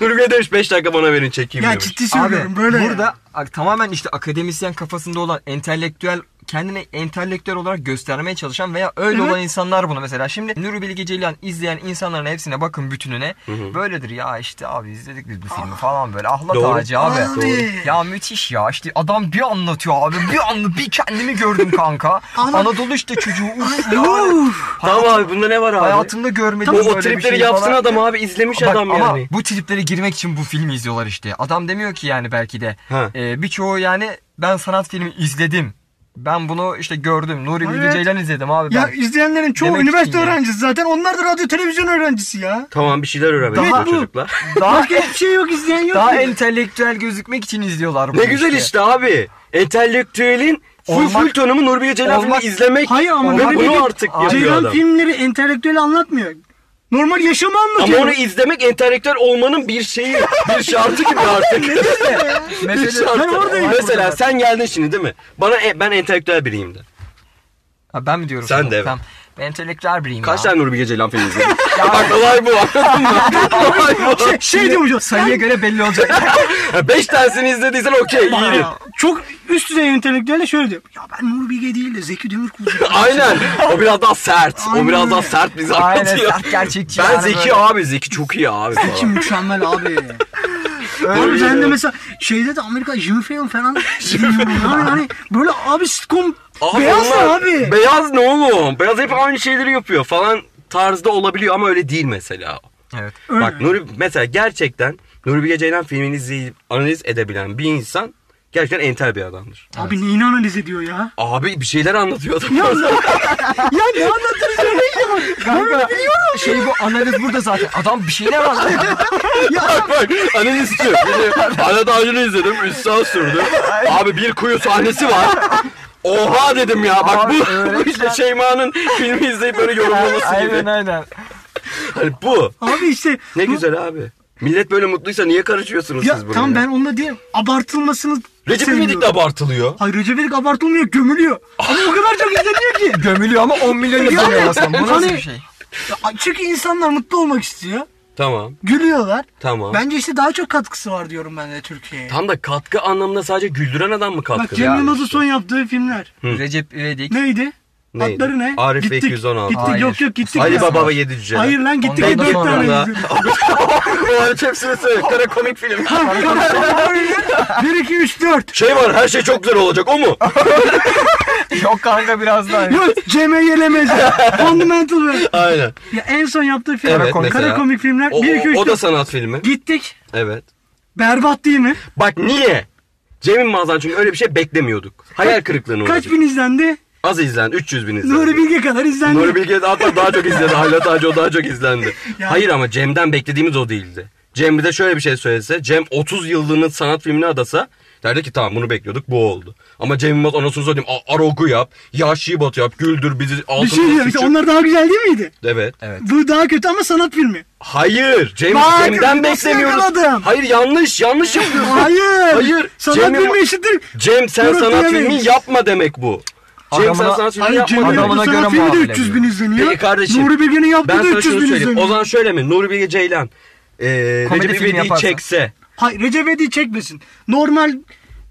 Speaker 3: Nuri Bilge demiş 5 dakika bana verin çekeyim
Speaker 4: Ya
Speaker 3: demiş.
Speaker 4: ciddi söylüyorum
Speaker 2: Abi
Speaker 4: böyle.
Speaker 2: burada
Speaker 4: ya.
Speaker 2: ak- tamamen işte akademisyen kafasında olan entelektüel kendini entelektüel olarak göstermeye çalışan veya öyle
Speaker 4: Evet.
Speaker 2: olan insanlar bunu mesela. Şimdi Nuri Bilge Ceylan izleyen insanların hepsine bakın bütününe. Böyledir ya işte abi izledik biz bu filmi falan böyle. Ahlat
Speaker 3: Doğru.
Speaker 2: ağacı abi.
Speaker 4: Ah. Abi. Doğru.
Speaker 2: Ya müthiş ya işte adam bir anlatıyor abi bir anlı bir kendimi gördüm kanka.
Speaker 4: Ama-
Speaker 2: Anadolu işte çocuğu. Uf, ya.
Speaker 4: Uf.
Speaker 3: Tamam abi bunda ne var abi?
Speaker 2: Hayatımda görmedim
Speaker 3: o,
Speaker 2: böyle
Speaker 3: o
Speaker 2: bir
Speaker 3: tripleri
Speaker 2: şey
Speaker 3: yapsın
Speaker 2: falan.
Speaker 3: adam abi izlemiş
Speaker 2: Bak
Speaker 3: adam
Speaker 2: ama
Speaker 3: yani.
Speaker 2: bu triplere girmek için bu filmi izliyorlar işte. Adam demiyor ki yani belki de.
Speaker 3: Ha.
Speaker 2: e, birçoğu yani ben sanat filmi izledim. Ben bunu işte gördüm. Nuri Bilge
Speaker 4: Evet.
Speaker 2: Ceylan izledim abi ben.
Speaker 4: Ya izleyenlerin çoğu
Speaker 2: Demek
Speaker 4: üniversite
Speaker 2: için ya.
Speaker 4: öğrencisi zaten. Onlar da radyo televizyon öğrencisi ya.
Speaker 3: Tamam bir şeyler öğrenmek
Speaker 2: Daha-
Speaker 3: istiyor çocuklar.
Speaker 2: Daha
Speaker 4: Başka hiçbir şey yok izleyen yok.
Speaker 2: daha
Speaker 4: ki.
Speaker 2: entelektüel gözükmek için izliyorlar bunu.
Speaker 3: ne güzel işte abi. Entelektüelin full
Speaker 2: Olmak-
Speaker 3: full tonumu Nur Bilge Ceylan
Speaker 2: Olmak-
Speaker 3: filmi izlemek.
Speaker 4: Hayır ama
Speaker 3: Ve
Speaker 4: Nuri
Speaker 3: bunu
Speaker 4: Bilge-
Speaker 3: artık
Speaker 2: Ceylan
Speaker 3: yapıyor
Speaker 4: Ceylan
Speaker 3: adam.
Speaker 4: filmleri entelektüel anlatmıyor. Normal yaşamı
Speaker 3: Ama
Speaker 4: anlatıyor.
Speaker 3: onu izlemek entelektüel olmanın bir şeyi, bir şartı gibi artık. Bir
Speaker 2: Mesela,
Speaker 3: şartı.
Speaker 4: ben oradayım.
Speaker 3: Mesela sen geldin şimdi değil mi? Bana e, ben entelektüel biriyim de.
Speaker 2: Ha, ben mi diyorum?
Speaker 3: Sen
Speaker 2: sana?
Speaker 3: de evet.
Speaker 2: Tamam. Ben entelektüel biriyim
Speaker 3: Kaç
Speaker 2: ya.
Speaker 3: tane Nuri Bilge Ceylan filmi izledin? Bak olay bu anladın mı? olay bu.
Speaker 4: şey, şey diyormuş o,
Speaker 2: Sayıya
Speaker 4: sayı
Speaker 2: göre belli olacak.
Speaker 3: Ha, Beş tanesini izlediysen okey iyiydin.
Speaker 4: çok üst düzey entelektüelle şöyle diyor. Ya ben Nur Bilge değil de Zeki Demirkubuz.
Speaker 3: Aynen. O biraz daha sert. O
Speaker 4: Aynen
Speaker 3: biraz
Speaker 4: öyle.
Speaker 3: daha sert bizi
Speaker 2: Aynen,
Speaker 3: anlatıyor.
Speaker 2: sert gerçekçi
Speaker 3: Ben
Speaker 2: yani
Speaker 3: Zeki
Speaker 2: böyle.
Speaker 3: abi. Zeki çok iyi abi. falan.
Speaker 4: Kim mükemmel abi. Abi sen de mesela şeyde de Amerika Jimmy Fallon falan. yani hani böyle abi sitcom
Speaker 3: Abi
Speaker 4: beyaz
Speaker 3: onlar-
Speaker 4: da abi.
Speaker 3: Beyaz ne oğlum? Beyaz hep aynı şeyleri yapıyor falan tarzda olabiliyor ama öyle değil mesela.
Speaker 2: evet.
Speaker 4: Öyle.
Speaker 3: Bak Nuri mesela gerçekten Nuri Bilge Ceylan filmini izleyip analiz edebilen bir insan gerçekten entel bir adamdır.
Speaker 4: Abi neyini analiz ediyor ya?
Speaker 3: Abi bir şeyler anlatıyor adam.
Speaker 4: Ya ne anlatırız
Speaker 2: Kanka, şey bu analiz burada zaten. Adam bir şey şeyler anlatıyor.
Speaker 3: bak bak analizci. Beni Arada Avcı'nı izledim. 3 saat sürdü. Abi bir kuyu sahnesi var. Oha dedim ya bak
Speaker 2: Abi,
Speaker 3: bu, bu
Speaker 2: öğretmen-
Speaker 3: işte Şeyma'nın filmi izleyip böyle yorumlaması
Speaker 2: aynen
Speaker 3: gibi.
Speaker 2: aynen.
Speaker 3: Hani bu.
Speaker 4: Abi işte
Speaker 3: Ne
Speaker 4: bu-
Speaker 3: güzel abi. Millet böyle mutluysa niye karışıyorsunuz
Speaker 4: Ya
Speaker 3: siz buraya?
Speaker 4: tamam ben onunla diyeyim. Abartılmasını
Speaker 3: Recep
Speaker 4: sevmiyorum.
Speaker 3: İvedik de abartılıyor.
Speaker 4: Hayır Recep İvedik abartılmıyor gömülüyor. Ama o kadar çok izleniyor ki.
Speaker 2: Gömülüyor ama 10 milyon izleniyor aslında. Bu nasıl
Speaker 4: Hani-
Speaker 2: bir şey?
Speaker 4: Ya Çünkü insanlar mutlu olmak istiyor.
Speaker 3: Tamam.
Speaker 4: Gülüyorlar.
Speaker 3: Tamam.
Speaker 4: Bence işte daha çok katkısı var diyorum ben de Türkiye'ye.
Speaker 3: Tam da katkı anlamında sadece güldüren adam mı katkı?
Speaker 4: Bak Cem Yılmaz'ın son yaptığı filmler.
Speaker 2: Recep İvedik.
Speaker 4: Neydi?
Speaker 3: Neydi?
Speaker 4: Adları ne?
Speaker 3: Arif
Speaker 4: gittik.
Speaker 3: 216.
Speaker 4: Gittik
Speaker 2: Hayır.
Speaker 4: yok yok gittik.
Speaker 3: Ali
Speaker 4: ya.
Speaker 3: Baba ve Yedi Cüceler.
Speaker 4: Hayır lan gittik
Speaker 2: Ondan
Speaker 4: dört tane
Speaker 2: sonra-
Speaker 3: Sonra-
Speaker 4: izledik.
Speaker 3: Bunların hepsini söyle. Kara komik film.
Speaker 4: 1, 2, 3, 4.
Speaker 3: Şey var her şey çok güzel olacak o mu?
Speaker 2: Yok kanka biraz daha.
Speaker 4: Yok Cem'e yelemez. Fundamental ve...
Speaker 3: Aynen.
Speaker 4: Ya en son yaptığı film.
Speaker 3: Evet,
Speaker 4: kara,
Speaker 3: mesela.
Speaker 4: komik filmler.
Speaker 3: O,
Speaker 4: 1, 2, 3,
Speaker 3: o, o da
Speaker 4: 4.
Speaker 3: sanat filmi.
Speaker 4: Gittik.
Speaker 3: Evet.
Speaker 4: Berbat değil mi?
Speaker 3: Bak niye? Cem Yılmaz'dan çünkü öyle bir şey beklemiyorduk. Hayal kırıklığına uğradık.
Speaker 4: Kaç bin izlendi?
Speaker 3: Az izlendi. 300 bin izlendi.
Speaker 4: Nuri Bilge kadar izlendi.
Speaker 3: Nuri Bilge de hatta daha çok izlendi. Haylat Ağacı o daha çok izlendi.
Speaker 4: Ya.
Speaker 3: Hayır ama Cem'den beklediğimiz o değildi. Cem bir de şöyle bir şey söylese. Cem 30 yıllığının sanat filmine adasa derdi ki tamam bunu bekliyorduk bu oldu. Ama Cem Yılmaz anasını satayım "A- arogu yap, yaşlı bat yap, güldür bizi altın
Speaker 4: Bir şey diyorum işte onlar daha güzel değil miydi?
Speaker 3: Evet.
Speaker 2: Evet.
Speaker 4: Bu daha kötü ama sanat filmi.
Speaker 3: Hayır. Cem,
Speaker 4: Bak,
Speaker 3: Cem'den
Speaker 4: nasıl
Speaker 3: beklemiyoruz.
Speaker 4: yakaladım?
Speaker 3: Hayır yanlış yanlış yapıyorsun.
Speaker 4: Hayır.
Speaker 3: Hayır.
Speaker 4: Sanat
Speaker 3: Cem
Speaker 4: filmi
Speaker 3: Yılmaz-
Speaker 4: eşittir.
Speaker 3: Cem sen
Speaker 4: Yürü,
Speaker 3: sanat
Speaker 4: diyemeyiz.
Speaker 3: filmi yapma demek bu. Cem sen
Speaker 2: Adamına-
Speaker 3: sanat filmi
Speaker 4: Hayır Cem
Speaker 3: yapma demek.
Speaker 2: Adamına
Speaker 4: Yılmaz'ın
Speaker 2: göre
Speaker 4: sanat filmi de
Speaker 2: muamele
Speaker 4: 300 bin
Speaker 2: ediyor.
Speaker 4: izleniyor.
Speaker 3: Peki kardeşim.
Speaker 4: Nuri Bilge'nin
Speaker 3: ben
Speaker 4: yaptığı da
Speaker 3: sana
Speaker 4: 300
Speaker 3: şunu
Speaker 4: bin
Speaker 3: söyleyeyim.
Speaker 4: izleniyor.
Speaker 3: O zaman şöyle mi? Nuri Bilge Ceylan. E,
Speaker 2: Komedi
Speaker 3: Recep
Speaker 2: filmi
Speaker 3: İvedik'i
Speaker 2: yaparsa.
Speaker 3: çekse.
Speaker 4: Hayır Recep İvedik'i çekmesin. Normal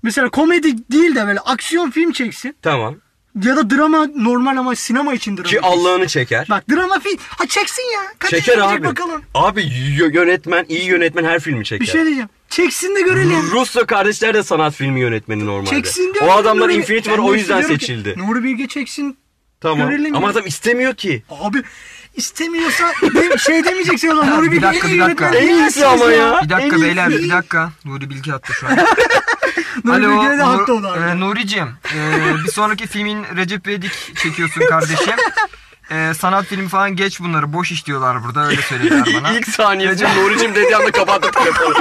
Speaker 4: mesela komedi değil de böyle aksiyon film çeksin.
Speaker 3: Tamam.
Speaker 4: Ya da drama normal ama sinema için drama.
Speaker 3: Ki
Speaker 4: çeksin.
Speaker 3: Allah'ını çeker.
Speaker 4: Bak drama film. Ha çeksin ya. Kaç
Speaker 3: çeker
Speaker 4: izlenecek
Speaker 3: abi.
Speaker 4: bakalım.
Speaker 3: Abi y- yönetmen, iyi yönetmen her filmi çeker.
Speaker 4: Bir şey diyeceğim. Çeksin de görelim.
Speaker 3: Russo kardeşler de sanat filmi yönetmeni normalde.
Speaker 4: Çeksin
Speaker 3: o
Speaker 4: görelim.
Speaker 3: adamlar
Speaker 4: Nuri-
Speaker 3: Infinity var
Speaker 4: Ben
Speaker 3: o
Speaker 4: de
Speaker 3: yüzden
Speaker 4: istiyorum ki
Speaker 3: seçildi.
Speaker 4: Nuri Bilge çeksin.
Speaker 3: Tamam.
Speaker 4: görelim
Speaker 3: Ama
Speaker 4: ya.
Speaker 3: adam istemiyor ki.
Speaker 4: Abi istemiyorsa de- şey demeyeceksin ona. Nuri
Speaker 2: bir
Speaker 4: Bilge
Speaker 2: dakika,
Speaker 4: en iyi
Speaker 2: bir dakika.
Speaker 4: yönetmen
Speaker 3: En
Speaker 4: değil
Speaker 3: iyisi
Speaker 4: misiniz
Speaker 3: ama
Speaker 4: ya?
Speaker 3: ya.
Speaker 2: Bir
Speaker 4: En
Speaker 2: dakika
Speaker 4: iyisi.
Speaker 2: beyler bir dakika. Nuri Bilge attı şu an.
Speaker 4: Nuri Bilge'ye de
Speaker 2: Nur-
Speaker 4: haklı olan.
Speaker 2: e, Nuri'cim e, bir sonraki filmin Recep İvedik çekiyorsun kardeşim. E, sanat filmi falan geç bunları. Boş iş diyorlar burada öyle söylediler bana.
Speaker 3: İlk saniyesi Nuri'cim dediği anda kapattı telefonu.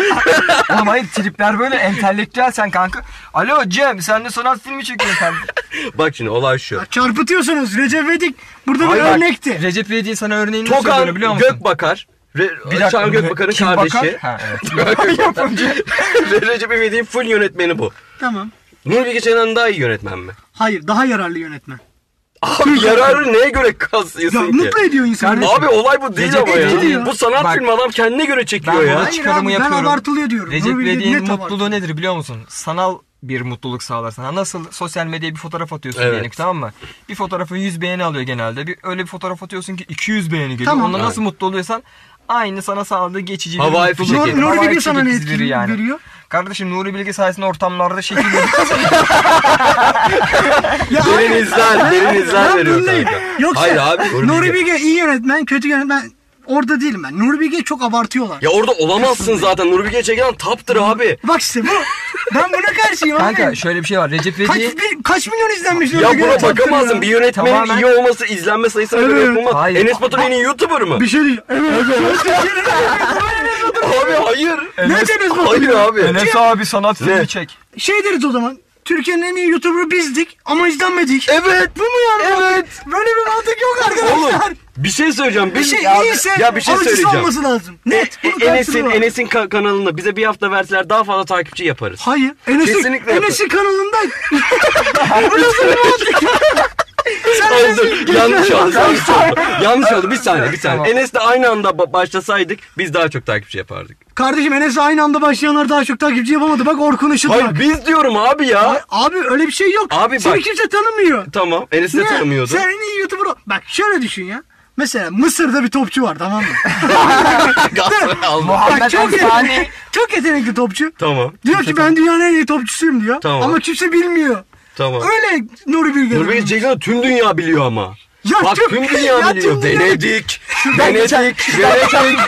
Speaker 2: Oğlum hayır tripler böyle entelektüel sen kanka. Alo Cem sen de sanat filmi çekiyorsun kardeşim.
Speaker 3: Bak şimdi olay şu.
Speaker 4: Ya Çarpıtıyorsunuz. Recep İvedik burada
Speaker 3: Hayır,
Speaker 4: bir
Speaker 3: bak,
Speaker 4: örnekti.
Speaker 2: Recep İvedik'in sana örneğini söylüyorum biliyor
Speaker 3: Tokan
Speaker 2: musun?
Speaker 3: Gökbakar.
Speaker 2: Bir
Speaker 3: Re-
Speaker 2: dakika,
Speaker 3: Çağrı Gökbakar'ın
Speaker 2: kim
Speaker 3: kardeşi.
Speaker 2: Bakar? Ha, evet.
Speaker 3: Yapımcı. Recep İvedik'in full yönetmeni bu.
Speaker 4: Tamam.
Speaker 3: Nuri Bilge Ceylan daha iyi yönetmen mi?
Speaker 4: Hayır daha yararlı yönetmen.
Speaker 3: Abi yararı neye göre
Speaker 4: Ya
Speaker 3: kasıyorsun ki?
Speaker 4: mutlu ediyor insanı.
Speaker 2: Kardeşim,
Speaker 3: Abi olay bu değil
Speaker 2: Recep
Speaker 3: ama
Speaker 2: İvedik
Speaker 3: ya.
Speaker 4: diyor.
Speaker 3: Bu sanat
Speaker 2: Bak,
Speaker 3: filmi adam kendine göre çekiyor
Speaker 2: ben
Speaker 3: ya.
Speaker 2: buna-
Speaker 4: Hayır
Speaker 2: çıkarımı
Speaker 4: abi,
Speaker 2: yapıyorum.
Speaker 4: Ben abartılıyor diyorum.
Speaker 2: Recep
Speaker 4: Nuri Bilge
Speaker 2: İvedik'in
Speaker 4: net abartıyor.
Speaker 2: mutluluğu nedir biliyor musun? Sanal bir mutluluk sağlar sana. Nasıl sosyal medyaya bir fotoğraf atıyorsun
Speaker 3: Evet.
Speaker 2: diyelim ki, tamam mı? Bir fotoğrafın 100 beğeni alıyor genelde. Bir, öyle bir fotoğraf atıyorsun ki 200 beğeni geliyor.
Speaker 4: Tamam.
Speaker 2: Ondan
Speaker 3: Evet.
Speaker 2: nasıl mutlu oluyorsan aynı sana sağladığı geçici bir
Speaker 3: Havai
Speaker 2: mutluluk.
Speaker 3: fişek
Speaker 4: Nuri,
Speaker 3: Çekelim.
Speaker 4: Nuri
Speaker 2: Havai
Speaker 4: Bilge sana ne
Speaker 2: fişek
Speaker 4: etki
Speaker 2: izleri yani.
Speaker 4: veriyor?
Speaker 2: Kardeşim Nuri Bilge sayesinde ortamlarda şekil
Speaker 4: Ya
Speaker 3: Derin
Speaker 4: hayır,
Speaker 3: izler, derin izler
Speaker 4: ben
Speaker 3: veriyor
Speaker 4: bundayım.
Speaker 3: kanka.
Speaker 4: Yoksa
Speaker 3: Hayır abi.
Speaker 4: Nuri Bilge iyi yönetmen, kötü yönetmen Orada değilim ben. Nuri Bilge'yi çok abartıyorlar.
Speaker 3: Ya orada olamazsın zaten. Nuri Bilge Ceylan taptır abi.
Speaker 4: Bak işte bu. ben buna karşıyım
Speaker 2: Kanka
Speaker 4: abi.
Speaker 2: şöyle bir şey var. Recep
Speaker 4: Kaç,
Speaker 2: İvedik'i
Speaker 4: bir- kaç milyon izlenmiş Nuri
Speaker 3: Ya
Speaker 4: Bilge'ye
Speaker 3: buna
Speaker 4: çarptın
Speaker 3: bakamazsın.
Speaker 4: ya?
Speaker 3: Bir yönetmenin
Speaker 2: Tamamen-
Speaker 3: iyi olması izlenme sayısına göre
Speaker 4: Evet.
Speaker 3: yapılmaz.
Speaker 2: Hayır.
Speaker 3: Enes Batur yeni YouTuber mı?
Speaker 4: Bir şey diyeceğim. Evet, evet.
Speaker 3: Abi hayır.
Speaker 4: Ne deniz bu?
Speaker 3: Hayır abi.
Speaker 2: Enes abi sanat
Speaker 3: Ne?
Speaker 2: filmi çek.
Speaker 4: Şey deriz o zaman. Türkiye'nin en iyi YouTuber'ı bizdik ama izlenmedik.
Speaker 3: Evet.
Speaker 4: Bu mu yani?
Speaker 3: Evet.
Speaker 4: Böyle bir mantık yok
Speaker 3: Oğlum
Speaker 4: arkadaşlar.
Speaker 3: bir şey söyleyeceğim.
Speaker 4: bir
Speaker 3: Biz-
Speaker 4: şey
Speaker 3: ya,
Speaker 4: iyiyse
Speaker 3: ya bir şey
Speaker 4: alıcısı
Speaker 3: söyleyeceğim.
Speaker 4: olması lazım. Net.
Speaker 3: E-
Speaker 4: Bunu
Speaker 3: Enes'in
Speaker 4: karşılıyorlar.
Speaker 3: Enes'in ka- kanalında bize bir hafta verseler daha fazla takipçi yaparız.
Speaker 4: Hayır. Enes'in
Speaker 3: Kesinlikle yapın.
Speaker 4: Enes'in kanalında. Bu nasıl bir mantık ya? Sen
Speaker 3: Hayır,
Speaker 4: Enes'in-
Speaker 3: dur. yanlış oldu. yanlış oldu. Yanlış oldu. Bir saniye, bir
Speaker 2: Tamam.
Speaker 3: saniye. Enes'le aynı anda ba- başlasaydık biz daha çok takipçi yapardık.
Speaker 4: Kardeşim Enes aynı anda başlayanlar daha çok takipçi yapamadı. Bak Orkun Işıt bak.
Speaker 3: Hayır biz diyorum abi ya.
Speaker 4: Abi öyle bir şey yok.
Speaker 3: Abi
Speaker 4: Seni
Speaker 3: bak-
Speaker 4: kimse tanımıyor.
Speaker 3: Tamam. Enes'i de
Speaker 4: Niye?
Speaker 3: tanımıyordu.
Speaker 4: Sen en iyi YouTuber ol. Bak şöyle düşün ya. Mesela Mısır'da bir topçu var tamam mı?
Speaker 3: Galatasaray aldı.
Speaker 2: Muhammed
Speaker 4: Bak, çok,
Speaker 2: Asani.
Speaker 4: yetenekli, çok yetenekli topçu.
Speaker 3: Tamam.
Speaker 4: Diyor ki ben dünyanın en iyi topçusuyum diyor.
Speaker 3: Tamam.
Speaker 4: Ama kimse bilmiyor.
Speaker 3: Tamam.
Speaker 4: Öyle Nuri Bilge.
Speaker 3: Nuri Bilge Ceylan'ı tüm dünya biliyor ama.
Speaker 4: Ya
Speaker 3: Bak
Speaker 4: tüm-
Speaker 3: tüm
Speaker 4: ya
Speaker 3: dünya biliyor.
Speaker 4: tüm dünya-
Speaker 3: Denedik.
Speaker 2: Ben geçen-
Speaker 3: Denedik.
Speaker 2: Ben
Speaker 3: Denedik.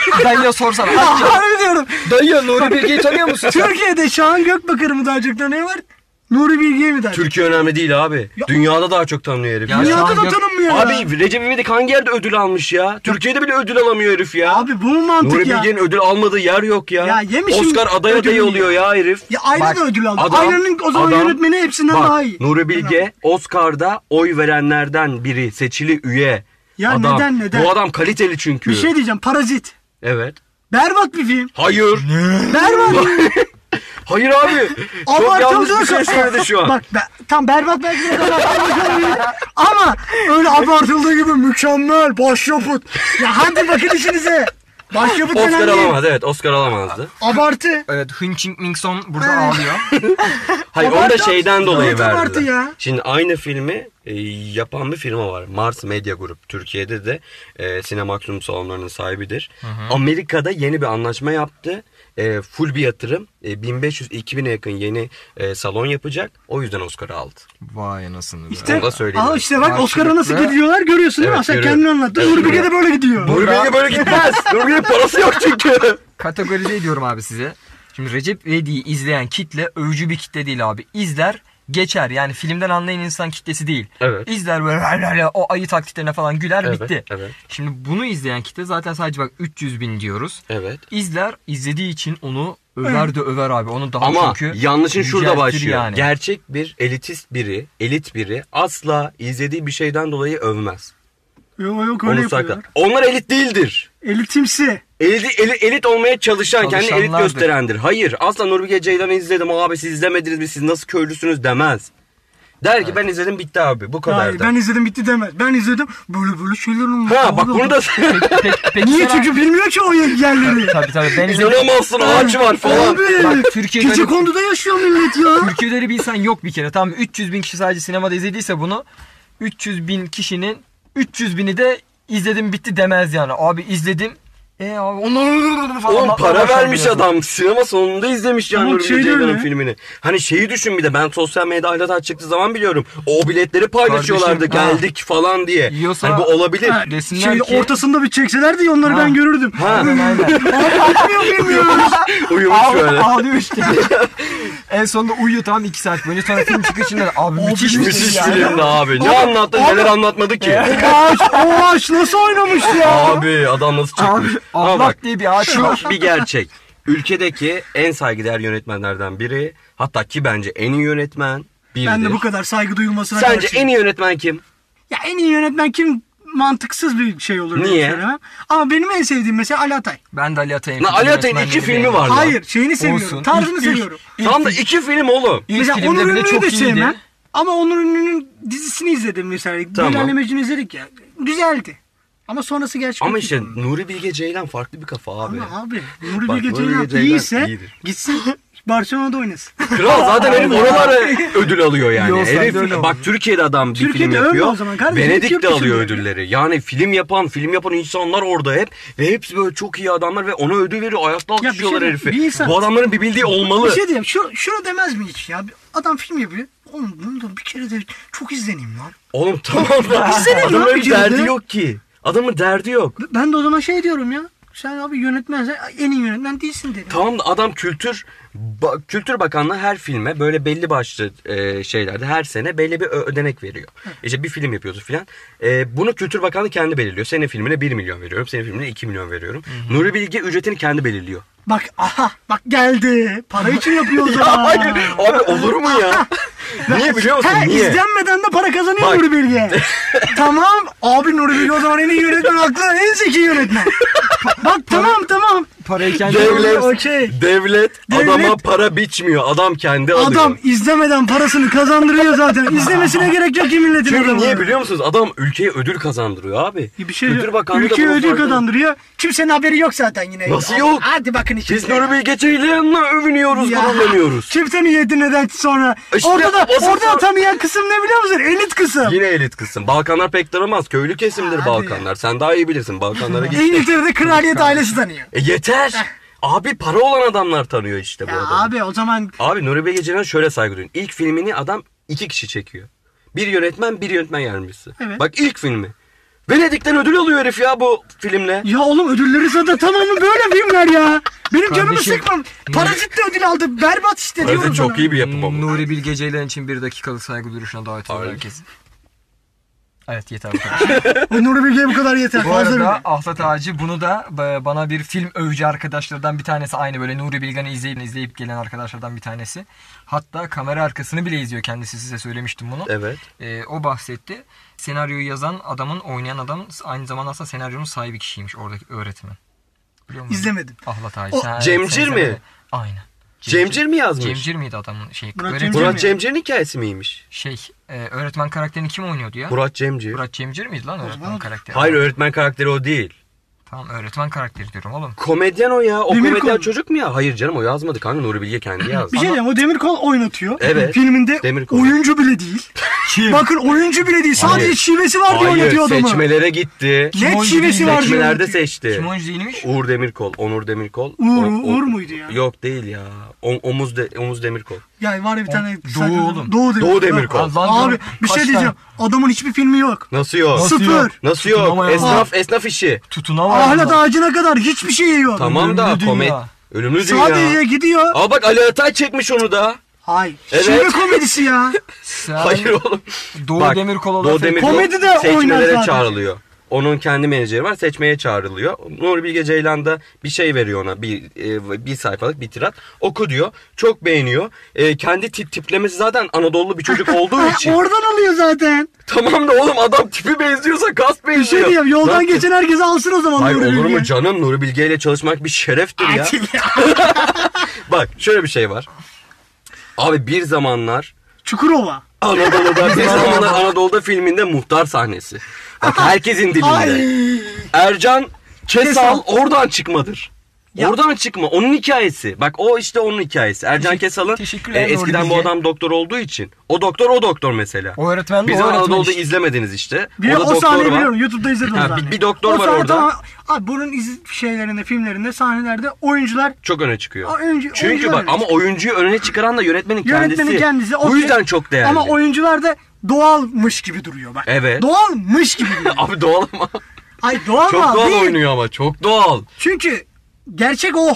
Speaker 2: geçen Dayıya sorsana.
Speaker 4: Ya
Speaker 2: Aç ya.
Speaker 4: harbi diyorum.
Speaker 2: Dayı Nuri Bilge'yi tanıyor musun sen?
Speaker 4: Türkiye'de Şahan Gökbakar'ı mı daha çok tanıyor var? Nuri Bilge'yi mi daha çok?
Speaker 3: Türkiye önemli değil abi. Dünyada daha çok tanınıyor herif.
Speaker 2: Ya
Speaker 3: Ya.
Speaker 4: Dünyada
Speaker 2: Şahan
Speaker 4: da
Speaker 2: Gök-
Speaker 4: tanınmıyor ya.
Speaker 3: Abi Recep İvedik hangi yerde ödül almış ya? Türkiye'de bile ödül alamıyor herif ya.
Speaker 4: Abi bu mu mantık
Speaker 3: Nuri
Speaker 4: ya?
Speaker 3: Bilge'nin ödül almadığı yer yok ya.
Speaker 4: Ya yemişim
Speaker 3: Oscar aday adayı
Speaker 4: ödülünü
Speaker 3: oluyor ya herif.
Speaker 4: Ya Ayla
Speaker 2: Bak,
Speaker 4: da ödül aldı.
Speaker 3: Adam-
Speaker 4: Ayla'nın o zaman
Speaker 3: adam-
Speaker 4: yönetmeni hepsinden
Speaker 3: Bak,
Speaker 4: daha iyi.
Speaker 3: Nuri Bilge Oscar'da oy verenlerden biri. Seçili üye.
Speaker 4: Ya
Speaker 3: adam.
Speaker 4: neden, neden?
Speaker 3: Bu adam kaliteli çünkü.
Speaker 4: Bir şey diyeceğim. Parazit.
Speaker 3: Evet.
Speaker 4: Berbat bir film.
Speaker 3: Hayır.
Speaker 4: Berbat.
Speaker 3: Hayır abi. Çok yanlış
Speaker 4: Abartıldığı
Speaker 3: bir şey söyledi şu an.
Speaker 4: Bak be, tam berbat belki de abartıldığı ama öyle abartıldığı gibi mükemmel başyapıt. Ya hadi bakın işinize. Başyapıt
Speaker 3: Oscar
Speaker 4: önemli. değil.
Speaker 3: alamaz evet Oscar alamazdı.
Speaker 4: Abartı.
Speaker 2: Evet, Hınçing Mingson burada
Speaker 4: Evet.
Speaker 2: ağlıyor.
Speaker 3: Hayır onu da
Speaker 4: Abartı-
Speaker 3: şeyden dolayı
Speaker 4: Evet, abartı
Speaker 3: verdiler.
Speaker 4: ya.
Speaker 3: Şimdi aynı filmi e, yapan bir firma var. Mars Media Group. Türkiye'de de e, Cinemaximum salonlarının sahibidir. Amerika'da yeni bir anlaşma yaptı. E, full bir yatırım. E, 1500-2000'e yakın yeni e, salon yapacak. O yüzden Oscar'ı aldı.
Speaker 2: Vay anasını. be.
Speaker 3: Onu da söyleyeyim.
Speaker 4: Aha işte bak
Speaker 2: Karşılıklı-
Speaker 4: Oscar'a nasıl gidiyorlar görüyorsun değil mi?
Speaker 3: Evet,
Speaker 4: Sen
Speaker 3: görüyorum.
Speaker 4: kendin anlattın.
Speaker 3: Evet,
Speaker 4: Nuri Bilge de
Speaker 3: görüyorum.
Speaker 4: böyle gidiyor.
Speaker 3: Nuri Bilge böyle gitmez. Nuri Bilge'nin parası yok çünkü.
Speaker 2: Kategorize ediyorum abi size. Şimdi Recep İvedik'i izleyen kitle övücü bir kitle değil abi. İzler geçer. Yani filmden anlayan insan kitlesi değil.
Speaker 3: Evet.
Speaker 2: İzler böyle la la la, o ayı taktiklerine falan güler
Speaker 3: Evet,
Speaker 2: bitti.
Speaker 3: evet.
Speaker 2: Şimdi bunu izleyen kitle zaten sadece bak 300 bin diyoruz.
Speaker 3: Evet.
Speaker 2: İzler izlediği için onu över de över abi. Onu daha
Speaker 3: Ama
Speaker 2: çünkü
Speaker 3: yanlışın şurada
Speaker 2: yüceltir
Speaker 3: başlıyor.
Speaker 2: yani.
Speaker 3: Gerçek bir elitist biri, elit biri asla izlediği bir şeyden dolayı övmez.
Speaker 4: Yok yok öyle
Speaker 3: Onu sakla.
Speaker 4: yapıyorlar.
Speaker 3: Onlar elit değildir.
Speaker 4: Elitimsi.
Speaker 3: Elit, eli- elit olmaya çalışan, kendini elit
Speaker 2: Çalışanlardır.
Speaker 3: gösterendir. Hayır, asla Nuri Bilge Ceylan'ı izledim. Abi siz izlemediniz mi? Siz nasıl köylüsünüz demez. Der ki ben izledim bitti abi. Bu kadar
Speaker 4: Hayır,
Speaker 3: da.
Speaker 4: ben izledim bitti demez. Ben izledim böyle böyle şeyler olmuş.
Speaker 3: Ha bak bunu da
Speaker 2: Peki- peki- peki
Speaker 4: Niye
Speaker 2: sen-
Speaker 4: çünkü bilmiyor ki o yerleri.
Speaker 2: Tabii tabii ben izledim.
Speaker 3: inanamazsın ağaç var falan.
Speaker 4: Abi.
Speaker 2: Bak, Türkiye'de-
Speaker 4: Gece konduda yaşıyor millet ya.
Speaker 2: Türkiye'de öyle bir insan yok bir kere. Tamam 300 bin kişi sadece sinemada izlediyse bunu 300 bin kişinin 300 bini de izledim bitti demez yani. Abi izledim. E abi onlar falan.
Speaker 3: Oğlum para
Speaker 2: başlar
Speaker 3: vermiş
Speaker 2: biraz.
Speaker 3: adam. Sinema sonunda izlemiş yani
Speaker 4: Ama
Speaker 3: Nuri Bilge
Speaker 4: şey de
Speaker 3: Ceylan'ın
Speaker 4: öyle.
Speaker 3: filmini. Hani şeyi düşün bir de ben sosyal medyada Ayla çıktığı zaman biliyorum. O biletleri paylaşıyorlardı
Speaker 2: Kardeşim, ha.
Speaker 3: geldik falan diye.
Speaker 2: Yiyorsa-
Speaker 3: hani bu olabilir.
Speaker 4: Ha,
Speaker 2: Desinler
Speaker 4: Şeyde
Speaker 2: ki-
Speaker 4: ortasında bir çekselerdi ya onları
Speaker 2: Ha.
Speaker 4: ben görürdüm.
Speaker 3: Ha.
Speaker 2: Aynen aynen.
Speaker 4: Atmıyor bilmiyoruz.
Speaker 3: Uyumuş
Speaker 2: Ağ-
Speaker 3: böyle.
Speaker 2: Ağlıyor işte. en sonunda uyuyor tam 2 saat boyunca. Sonra film çıkışında da, abi müthiş bir
Speaker 3: Müthiş
Speaker 2: şey yani.
Speaker 3: filmdi abi. Ne
Speaker 4: Abi,
Speaker 3: anlattı
Speaker 4: abi.
Speaker 3: neler anlatmadı ki.
Speaker 4: ağaç, o ağaç nasıl oynamış ya?
Speaker 3: abi adam nasıl
Speaker 2: Abi
Speaker 3: çıkmış. Ama bak
Speaker 2: Allah diye bir ağaç var.
Speaker 3: şu bir gerçek. Ülkedeki en saygıdeğer yönetmenlerden biri hatta ki bence en iyi yönetmen biridir.
Speaker 4: Ben de bu kadar saygı duyulmasına
Speaker 3: Sence
Speaker 4: karşıyım.
Speaker 3: en iyi yönetmen kim?
Speaker 4: Ya en iyi yönetmen kim mantıksız bir şey olur diye
Speaker 3: Niye?
Speaker 4: söylemem. Ama benim en sevdiğim mesela Ali Atay.
Speaker 2: Ben de Ali Atay'ın
Speaker 3: Lan Ali Atay'ın iki
Speaker 2: yönetmenleri
Speaker 3: filmi
Speaker 2: beğendim.
Speaker 3: var lan.
Speaker 4: Hayır şeyini seviyorum.
Speaker 2: Olsun.
Speaker 4: Tarzını
Speaker 2: İlk-
Speaker 4: seviyorum.
Speaker 2: ilk-
Speaker 3: Tam da
Speaker 2: ilk-
Speaker 3: iki film oğlum.
Speaker 2: ilk
Speaker 4: mesela Onur
Speaker 2: filmde bile
Speaker 4: Ünlü'yü
Speaker 2: çok
Speaker 4: de
Speaker 2: iyiydi.
Speaker 4: sevmem. Ama Onur Ünlü'nün dizisini izledim mesela.
Speaker 3: Tamam.
Speaker 4: Tamam. Mecnun izledik ya. Güzeldi. Ama sonrası gerçekten.
Speaker 3: Ama işte Nuri Bilge Ceylan farklı bir kafa abi.
Speaker 4: Ama abi Nuri
Speaker 3: Bak,
Speaker 4: Bilge
Speaker 3: Nuri Bilge
Speaker 4: Ceylan
Speaker 3: Ceylan
Speaker 4: iyiyse
Speaker 3: iyidir.
Speaker 4: gitsin Barcelona'da oynasın.
Speaker 3: Kral zaten herif oralara ödül alıyor yani.
Speaker 2: Yok, sen de
Speaker 3: herif,
Speaker 2: öyle
Speaker 3: bak
Speaker 2: oldu.
Speaker 3: Türkiye'de adam bir
Speaker 4: Türkiye'de
Speaker 3: film
Speaker 4: öyle
Speaker 3: yapıyor.
Speaker 4: o zaman kardeşim,
Speaker 3: Venedik de
Speaker 4: Türkiye
Speaker 3: alıyor
Speaker 4: düşünüyor.
Speaker 3: ödülleri. Yani film yapan, film yapan insanlar orada hep ve hepsi böyle çok iyi adamlar ve ona ödül veriyor. Ayakta
Speaker 4: bir
Speaker 3: alkışlıyorlar
Speaker 4: şey-
Speaker 3: herifi.
Speaker 4: bir insan-
Speaker 3: Bu adamların bir bildiği olmalı.
Speaker 4: Bir şey diyeyim. Şu, şunu demez mi hiç ya? Bir Adam film yapıyor. Oğlum bunu da bir kere de çok izleneyim lan.
Speaker 3: Oğlum tamam da
Speaker 4: Bir şey sene lan
Speaker 3: adamın öyle
Speaker 4: bir
Speaker 3: derdi
Speaker 4: yılda.
Speaker 3: yok ki. Adamın derdi yok.
Speaker 4: Ben de o zaman şey diyorum ya. Sen abi yönetmensen en iyi yönetmen değilsin dedim.
Speaker 3: Tamam da adam kültür ba- Kültür Bakanlığı her filme böyle belli başlı e, şeylerde her sene belli bir ö- ödenek veriyor. İşte bir film yapıyoruz filan. E, bunu Kültür Bakanlığı kendi belirliyor. Senin filmine 1 milyon veriyorum. Senin filmine 2 milyon veriyorum. Nuri Bilge ücretini kendi belirliyor.
Speaker 4: Bak aha bak geldi. Para için yapıyor o
Speaker 3: Ya
Speaker 4: zaman.
Speaker 3: hayır abi olur mu ya? Niye biliyor musun?
Speaker 4: He
Speaker 3: Niye?
Speaker 4: izlenmeden de para kazanıyor
Speaker 3: Bak.
Speaker 4: Nuri Bilge. tamam abi Nuri Bilge o zaman en iyi yönetmen haklı en zeki yönetmen. Bak tamam tamam.
Speaker 2: Parayı kendi
Speaker 3: Devlet,
Speaker 4: Okey.
Speaker 3: devlet, adama
Speaker 4: Devlet-
Speaker 3: para biçmiyor. Adam kendi alıyor.
Speaker 4: Adam izlemeden parasını kazandırıyor zaten. İzlemesine gerek yok ki milletin
Speaker 3: Çünkü
Speaker 4: adamı.
Speaker 3: niye biliyor musunuz? Adam ülkeye ödül kazandırıyor abi.
Speaker 4: Bir şey
Speaker 3: Kültür Bakanlığı da
Speaker 4: Ülkeye
Speaker 3: bunun
Speaker 4: ödül
Speaker 3: farkında.
Speaker 4: kazandırıyor. Kimsenin haberi yok zaten yine.
Speaker 3: Nasıl yok?
Speaker 4: Hadi bakın işte.
Speaker 3: Biz Nuri Bilge Ceylan'la övünüyoruz,
Speaker 4: Ya,
Speaker 3: gururlanıyoruz.
Speaker 4: Kimsenin yetineden sonra.
Speaker 3: İşte
Speaker 4: orada da,
Speaker 3: E o zaman-
Speaker 4: orada da tanıyan kısım ne biliyor musun? Elit kısım.
Speaker 3: Yine elit kısım. Balkanlar pek tanımaz. Köylü kesimdir
Speaker 4: Hadi
Speaker 3: Balkanlar. Sen daha iyi bilirsin. Balkanlara git.
Speaker 4: İngiltere'de kraliyet ailesi tanıyor.
Speaker 3: E yeter. Abi para olan adamlar tanıyor işte bu
Speaker 4: Ya
Speaker 3: adamı.
Speaker 4: abi o zaman
Speaker 3: Abi Nuri Bilge Ceylan'a şöyle saygı duyun. İlk filmini adam iki kişi çekiyor. Bir yönetmen, bir yönetmen yardımcısı.
Speaker 4: Evet.
Speaker 3: Bak ilk filmi. Venedik'ten ödül alıyor herif ya bu filmle.
Speaker 4: ya oğlum ödülleri zaten tamamı böyle filmler ya. Benim canımı
Speaker 2: Kardeşim,
Speaker 4: sıkmam. Parasitle ödül aldı. Berbat işte diyorum
Speaker 3: Öyle çok
Speaker 4: sana.
Speaker 3: iyi bir yapım ama.
Speaker 2: Nuri Bilge Ceylan için bir dakikalık saygı duruşuna davet ediyorum
Speaker 3: Aynen.
Speaker 2: herkesi. Evet yeter bu kadar.
Speaker 4: O E Nuri Bilge'ye bu kadar yeter.
Speaker 2: Bu
Speaker 4: Fazla
Speaker 2: arada
Speaker 4: bile.
Speaker 2: Ahlat Ağacı bunu da ba- bana bir film övücü arkadaşlardan bir tanesi aynı böyle Nuri Bilge'ni izleyip, izleyip gelen arkadaşlardan bir tanesi. Hatta kamera arkasını bile izliyor kendisi size söylemiştim bunu.
Speaker 3: Evet.
Speaker 2: Ee, o bahsetti. Senaryoyu yazan adamın oynayan adam aynı zamanda aslında senaryonun sahibi kişiymiş oradaki öğretmen. Biliyor musun?
Speaker 4: İzlemedim.
Speaker 2: Ahlat Ağacı.
Speaker 4: O-
Speaker 2: Sen-
Speaker 3: Cemcir
Speaker 2: sen izlemedin.
Speaker 3: mi?
Speaker 2: Aynen.
Speaker 3: Cemcir mi yazmış?
Speaker 2: Cemcir miydi adamın şey?
Speaker 4: Murat
Speaker 2: öğretmen,
Speaker 4: Cemcir mi?
Speaker 3: Murat Cemcir'in hikayesi miymiş?
Speaker 2: Şey, e, öğretmen karakterini kim oynuyordu ya?
Speaker 3: Murat Cemcir.
Speaker 2: Murat Cemcir miydi lan öğretmen
Speaker 4: Murat-
Speaker 2: karakteri?
Speaker 3: Hayır öğretmen karakteri o değil.
Speaker 2: Tamam öğretmen karakteri diyorum oğlum.
Speaker 3: Komedyen o ya. O
Speaker 4: Demir
Speaker 3: komedyen
Speaker 4: kol-
Speaker 3: çocuk mu ya? Hayır canım o yazmadı kanka Nuri Bilge kendi yazdı.
Speaker 4: Bir şey diyeyim o Demirkol oynatıyor.
Speaker 3: Evet.
Speaker 4: Filminde
Speaker 3: Demirkol.
Speaker 4: oyuncu bile değil.
Speaker 2: Kim?
Speaker 4: Bakın oyuncu bile değil. Sadece
Speaker 3: Hayır.
Speaker 4: şivesi var diye
Speaker 3: Hayır
Speaker 4: oynatıyor adamı.
Speaker 3: seçmelere gitti.
Speaker 4: Net
Speaker 2: oyuncu
Speaker 4: şivesi
Speaker 2: değil,
Speaker 4: var diye
Speaker 3: Seçmelerde
Speaker 4: oynatıyor.
Speaker 3: seçti.
Speaker 2: Kim oyuncu değilmiş?
Speaker 3: Uğur Demirkol, Onur Demirkol.
Speaker 4: Uğur-
Speaker 3: O- o-
Speaker 4: Uğur muydu ya?
Speaker 3: Yok değil ya. O- omuz de, Omuz Demirkol.
Speaker 4: Yani var ya bir tane.
Speaker 2: Doğu
Speaker 4: saçma-
Speaker 2: oğlum.
Speaker 4: Doğu Demirkol.
Speaker 3: Doğu Demirkol.
Speaker 2: Lan diyorum,
Speaker 4: Abi bir
Speaker 2: kaç
Speaker 4: şey
Speaker 2: tane-
Speaker 4: diyeceğim. Adamın hiçbir filmi yok.
Speaker 3: Nasıl yok?
Speaker 4: Nasıl- Sıfır.
Speaker 2: yok?
Speaker 3: Nasıl yok?
Speaker 2: Tutunamayan-
Speaker 3: Esnaf, esnaf işi.
Speaker 2: Tutunamayan.
Speaker 4: Ahlat ağacına kadar hiçbir şey yok.
Speaker 3: Tamam da
Speaker 2: Ölümlü
Speaker 3: komedi.
Speaker 2: dünya.
Speaker 3: Ölümlü dünya.
Speaker 4: Sadece gidiyor.
Speaker 3: Aa bak Ali Atay çekmiş onu da.
Speaker 4: Hayır.
Speaker 3: Evet.
Speaker 4: Şive komedisi ya.
Speaker 2: Sen-
Speaker 3: Hayır oğlum.
Speaker 2: Doğu
Speaker 3: Bak,
Speaker 2: Demirkol'a laf
Speaker 3: Doğu
Speaker 2: et-
Speaker 3: Demirkol
Speaker 4: Komedi de oynar
Speaker 3: seçmelere
Speaker 4: zaten.
Speaker 3: çağrılıyor. Onun kendi menajeri var. Seçmeye çağrılıyor. Nuri Bilge Ceylan da bir şey veriyor ona. Bir, e, bir sayfalık bir tirat. Oku diyor. Çok beğeniyor. E, kendi tip tiplemesi zaten Anadolu bir çocuk olduğu
Speaker 4: Ha,
Speaker 3: için.
Speaker 4: Oradan alıyor zaten.
Speaker 3: tamam da oğlum adam tipi benziyorsa kas benziyor.
Speaker 4: Bir şey diyeyim
Speaker 3: Lan-
Speaker 4: yoldan geçen herkese alsın o zaman
Speaker 3: Hayır
Speaker 4: Nuri
Speaker 3: olur mu
Speaker 4: Bilge.
Speaker 3: canım Nuri Bilge ile çalışmak bir şereftir ya.
Speaker 4: Acil ya.
Speaker 3: Bak şöyle bir şey var. Abi bir zamanlar
Speaker 4: Çukurova.
Speaker 3: Anadolu'da bir zamanlar Anadolu'da filminde muhtar sahnesi. Bak herkesin
Speaker 4: Ay.
Speaker 3: dilinde. Ercan Kesal
Speaker 4: Kesal.
Speaker 3: oradan çıkmadır.
Speaker 4: Ya.
Speaker 3: Oradan çıkma. Onun hikayesi. Bak o işte onun hikayesi. Ercan
Speaker 2: Teşekkür-
Speaker 3: Kesal'ın
Speaker 2: teşekkürler
Speaker 3: e,
Speaker 2: Nuri
Speaker 3: eskiden bu
Speaker 2: Bilge.
Speaker 3: adam doktor olduğu için. O doktor o doktor mesela.
Speaker 2: O öğretmen de
Speaker 3: Bizim
Speaker 2: o öğretmen
Speaker 3: Anadolu'da
Speaker 2: işte.
Speaker 3: izlemediniz işte.
Speaker 4: Bir o,
Speaker 3: Orada doktor
Speaker 4: sahneyi
Speaker 3: var.
Speaker 4: biliyorum. Youtube'da izledim
Speaker 3: Ha,
Speaker 4: o
Speaker 3: bir-
Speaker 4: sahneyi.
Speaker 3: bir doktor
Speaker 4: O
Speaker 3: var
Speaker 4: sahne
Speaker 3: orada.
Speaker 4: tamam- Abi bunun iz şeylerinde, filmlerinde, sahnelerde oyuncular
Speaker 3: Çok öne çıkıyor.
Speaker 4: Aa, oyuncu-
Speaker 3: Çünkü
Speaker 4: oyuncular
Speaker 3: bak
Speaker 4: öyle
Speaker 3: ama oyuncuyu öne çıkaran da yönetmenin kendisi.
Speaker 4: yönetmenin kendisi.
Speaker 3: Bu
Speaker 4: okey.
Speaker 3: yüzden çok değerli.
Speaker 4: Ama oyuncular da doğalmış gibi duruyor bak.
Speaker 3: Evet.
Speaker 4: Doğalmış gibi duruyor.
Speaker 3: Abi doğal ama.
Speaker 4: Ay doğal
Speaker 3: Çok
Speaker 4: ama
Speaker 3: doğal
Speaker 4: değil.
Speaker 3: oynuyor ama. Çok doğal.
Speaker 4: Çünkü gerçek o.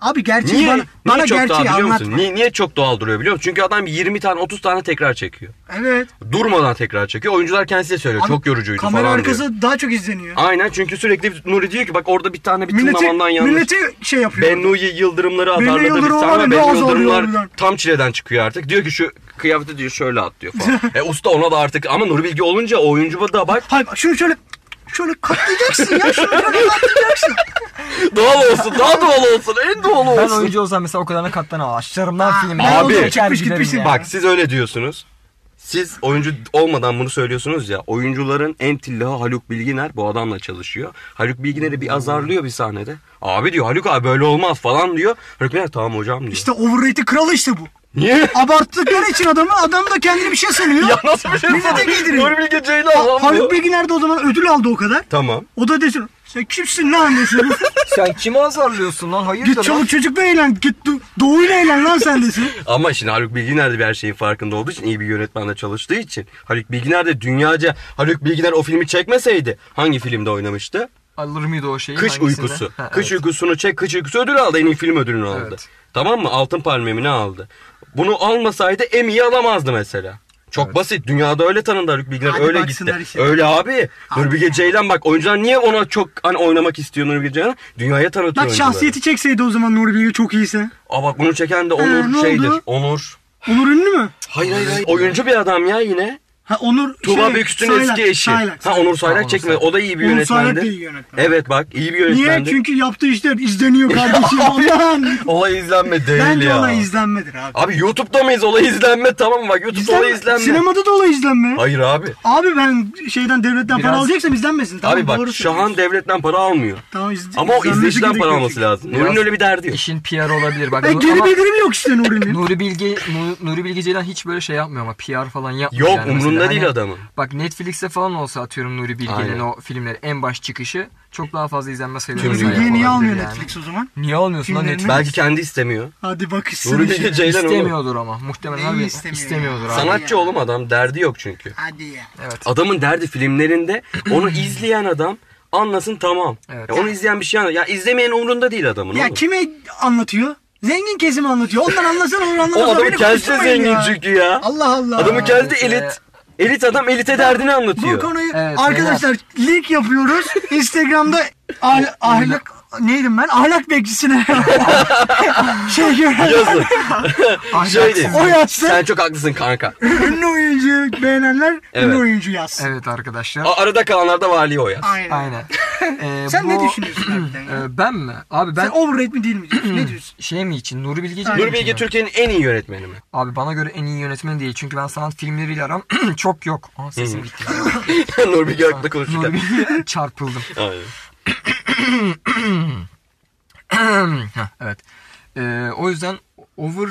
Speaker 4: Abi gerçek
Speaker 3: Niye?
Speaker 4: bana,
Speaker 3: niye
Speaker 4: bana
Speaker 3: çok doğal
Speaker 4: gerçeği
Speaker 3: biliyor
Speaker 4: anlat.
Speaker 3: musun? Niye, niye çok doğal duruyor biliyor musun? Çünkü adam 20 tane 30 tane tekrar çekiyor.
Speaker 4: Evet.
Speaker 3: Durmadan tekrar çekiyor. Oyuncular kendisi de söylüyor.
Speaker 4: Abi,
Speaker 3: çok yorucuydu
Speaker 4: Kamera
Speaker 3: falan
Speaker 4: arkası
Speaker 3: diyor.
Speaker 4: daha çok izleniyor.
Speaker 3: Aynen çünkü sürekli Nuri diyor ki bak orada bir tane bir
Speaker 4: Milleti,
Speaker 3: tınlamandan yanlış.
Speaker 4: milleti şey yapıyor.
Speaker 3: Bennu'yu yıldırımları
Speaker 4: Bennu
Speaker 3: atarladı bir
Speaker 4: Yıldırım var
Speaker 3: tane.
Speaker 4: ya, ne
Speaker 3: Bennu
Speaker 4: az
Speaker 3: yıldırımlar
Speaker 4: oluyor
Speaker 3: tam çileden çıkıyor artık. Diyor ki şu kıyafeti diyor şöyle at diyor falan. e usta ona da artık ama Nuri Bilge olunca oyuncu da bak
Speaker 4: Hayır bak şunu şöyle şöyle katlayacaksın ya. Şunu şöyle katlayacaksın.
Speaker 3: doğal olsun daha doğal olsun en doğal
Speaker 2: Ben
Speaker 3: olsun.
Speaker 2: oyuncu olsam mesela o kadarına katlanamam. Açlarım lan filmi.
Speaker 4: ben
Speaker 3: Abi,
Speaker 2: Çeker
Speaker 4: çıkmış
Speaker 2: giderim
Speaker 4: gitmişsin.
Speaker 2: ya.
Speaker 3: Bak siz öyle diyorsunuz. Siz oyuncu olmadan bunu söylüyorsunuz ya. Oyuncuların en tillahı Haluk Bilginer bu adamla çalışıyor. Haluk Bilginer'i bir azarlıyor bir sahnede. Abi diyor Haluk abi böyle olmaz falan diyor. Haluk Bilginer tamam hocam diyor.
Speaker 4: İşte overrated kralı işte bu.
Speaker 3: Niye?
Speaker 4: Abarttıkları için adamı adam da kendini bir şey sanıyor.
Speaker 3: ya nasıl bir şey
Speaker 4: Millete giydiriyor.
Speaker 3: Nur Bilge Ceylan lan bu.
Speaker 4: Haluk Bilginer de o zaman ödül aldı o kadar.
Speaker 3: Tamam.
Speaker 4: O da desin sen kimsin lan desin.
Speaker 2: Sen kimi azarlıyorsun lan? Hayırdır
Speaker 4: git
Speaker 2: lan?
Speaker 4: çoluk çocukla eğlen. Git do- doğuyla eğlen lan sen desin.
Speaker 3: Ama şimdi Haluk Bilginer de bir her şeyin farkında olduğu için iyi bir yönetmenle çalıştığı için Haluk Bilginer de dünyaca Haluk Bilginer o filmi çekmeseydi hangi filmde oynamıştı?
Speaker 2: Alır mıydı o şeyi?
Speaker 3: Kış
Speaker 2: hangisinde?
Speaker 3: Uykusu.
Speaker 2: Ha, evet.
Speaker 3: Kış Uykusu'nu çek. Kış Uykusu ödülü aldı. En iyi film ödülünü aldı.
Speaker 2: Evet.
Speaker 3: Tamam mı? Altın palmemi ne aldı? Bunu almasaydı Emmy'yi alamazdı mesela. Çok basit. Dünyada öyle tanındı Haluk Bilginer.
Speaker 4: Hadi
Speaker 3: öyle
Speaker 4: baksınlar
Speaker 3: gitti.
Speaker 4: işine.
Speaker 3: Öyle abi. Nurbilge Ceylan bak oyuncular niye ona çok hani oynamak istiyor Nurbilge Ceylan? Dünyaya tanıtıyor
Speaker 4: Bak
Speaker 3: oyuncuları.
Speaker 4: şahsiyeti çekseydi o zaman Nuri Bilge çok iyiyse.
Speaker 3: Aa bak bunu çeken de Onur
Speaker 4: Ee, ne
Speaker 3: şeydir.
Speaker 4: oldu?
Speaker 3: Onur.
Speaker 4: Onur ünlü mü?
Speaker 3: Hayır hayır hayır. Oyuncu bir adam ya yine.
Speaker 4: Ha Onur
Speaker 3: Tuğba
Speaker 4: şey,
Speaker 3: Büyüküstü'nün
Speaker 4: Saylak,
Speaker 3: eski eşi.
Speaker 4: Saylak.
Speaker 3: Ha Onur
Speaker 2: Ha,
Speaker 3: Saylak
Speaker 2: Onur
Speaker 3: çekme.
Speaker 2: Saylak.
Speaker 3: O da iyi bir
Speaker 4: Onur
Speaker 3: yönetmendi.
Speaker 4: Saylak da iyi yönetmen.
Speaker 3: Evet bak iyi bir
Speaker 4: Niye?
Speaker 3: yönetmendi.
Speaker 4: Çünkü yaptığı işler izleniyor kardeşim. Aman.
Speaker 3: Olay izlenme değil
Speaker 4: Bence
Speaker 3: ya.
Speaker 4: olay izlenmedir abi.
Speaker 3: Abi YouTube'da mıyız? Olay izlenme tamam mı? Bak YouTube'da
Speaker 4: İzlenme-
Speaker 3: olay izlenme.
Speaker 4: Sinemada da olay izlenme.
Speaker 3: Hayır abi.
Speaker 4: Abi ben şeyden devletten
Speaker 2: Biraz-
Speaker 4: para alacaksam izlenmesin. Tamam,
Speaker 3: abi bak
Speaker 4: doğru
Speaker 3: Şahan
Speaker 4: söylüyorsun.
Speaker 3: devletten para almıyor.
Speaker 4: Tamam, iz-
Speaker 3: Ama o
Speaker 4: izlenmesi
Speaker 3: izleyiciden
Speaker 4: gerekiyor
Speaker 3: para alması
Speaker 4: çünkü.
Speaker 3: lazım.
Speaker 2: Biraz-
Speaker 3: Nuri'nin öyle bir derdi yok.
Speaker 2: İşin PR olabilir. Bak,
Speaker 4: Ben
Speaker 2: Nur-
Speaker 4: geri
Speaker 2: ama
Speaker 4: bildirim yok işte Nuri'nin.
Speaker 2: Nuri Bilge, Nu- Nuri Bilge Ceylan hiç böyle şey yapmıyor ama PR falan yapmıyor.
Speaker 3: Yok
Speaker 2: yani
Speaker 3: umrunda
Speaker 2: mesela.
Speaker 3: değil
Speaker 2: Hani-
Speaker 3: adamın.
Speaker 2: Bak Netflix'te falan olsa atıyorum Nuri
Speaker 3: Aynen.
Speaker 2: Bilge'nin o filmleri en baş çıkışı çok daha fazla izlenme sayıları.
Speaker 3: Tüm
Speaker 4: Nuri
Speaker 3: dünya
Speaker 4: Bilge'yi niye
Speaker 2: olabilir
Speaker 4: almıyor
Speaker 2: yani.
Speaker 4: Netflix o zaman?
Speaker 2: Niye almıyorsun lan
Speaker 4: Filmlerini-
Speaker 2: Netflix?
Speaker 3: Belki kendi istemiyor.
Speaker 4: Hadi bakışsın.
Speaker 3: Nuri
Speaker 4: bir
Speaker 3: Bilge
Speaker 4: şey.
Speaker 3: Ceylan oğlum.
Speaker 2: İstemiyordur ama muhtemelen
Speaker 4: Neyi
Speaker 2: abi
Speaker 4: istemiyor ya?
Speaker 2: istemiyordur abi.
Speaker 4: Sana-
Speaker 3: Sanatçı oğlum adam. Derdi yok çünkü.
Speaker 4: Hadi ya.
Speaker 2: Evet.
Speaker 3: Adamın derdi filmlerinde onu izleyen adam anlasın tamam.
Speaker 2: Evet.
Speaker 3: Ya onu izleyen bir şey anlar. Ya izlemeyen umrunda değil adamın
Speaker 4: Ya
Speaker 3: oğlum.
Speaker 4: kime anlatıyor? Zengin kesimi anlatıyor. Ondan anlasana onu anlamasa
Speaker 3: O adamın
Speaker 4: beni
Speaker 3: kendisi de
Speaker 4: konuşturmayın
Speaker 3: zengin
Speaker 4: ya.
Speaker 3: çünkü ya.
Speaker 4: Allah Allah.
Speaker 3: Adamın kendisi de
Speaker 2: Neyse.
Speaker 3: elit. Elit adam elite derdini anlatıyor.
Speaker 4: Bu konuyu
Speaker 2: Evet,
Speaker 4: arkadaşlar link yapıyoruz. Instagram'da ah, ahlak neydim ben? Ahlak bekçisine şey gören
Speaker 3: Yazın. Şöyle diyeyim.
Speaker 4: O yatsın.
Speaker 3: Sen çok haklısın kanka.
Speaker 4: ünlü oyuncu beğenenler
Speaker 3: Evet.
Speaker 4: ünlü oyuncu yazsın.
Speaker 2: Evet arkadaşlar.
Speaker 3: A- arada kalanlar da vali o ya.
Speaker 4: Aynen.
Speaker 2: Aynen. Ee,
Speaker 4: Sen
Speaker 2: bu-
Speaker 4: ne düşünüyorsun harbiden ya?
Speaker 2: Ee, ben mi? Abi ben
Speaker 4: Sen overrated mi değil mi diyorsun? ne diyorsun?
Speaker 2: şey mi için? Nuri Bilge Ceylan
Speaker 3: Nur
Speaker 2: için
Speaker 3: Bilge
Speaker 2: mi?
Speaker 3: Türkiye'nin en iyi yönetmeni mi?
Speaker 2: Abi bana göre en iyi yönetmen değil. Çünkü ben sanat filmleriyle aram çok yok. Aa sesim gitti.
Speaker 3: Nur Bilge Ak'la
Speaker 2: Nuri
Speaker 3: konuşurken.
Speaker 2: Bilge çarpıldım.
Speaker 3: Aynen.
Speaker 2: Heh, evet. Ee, o yüzden over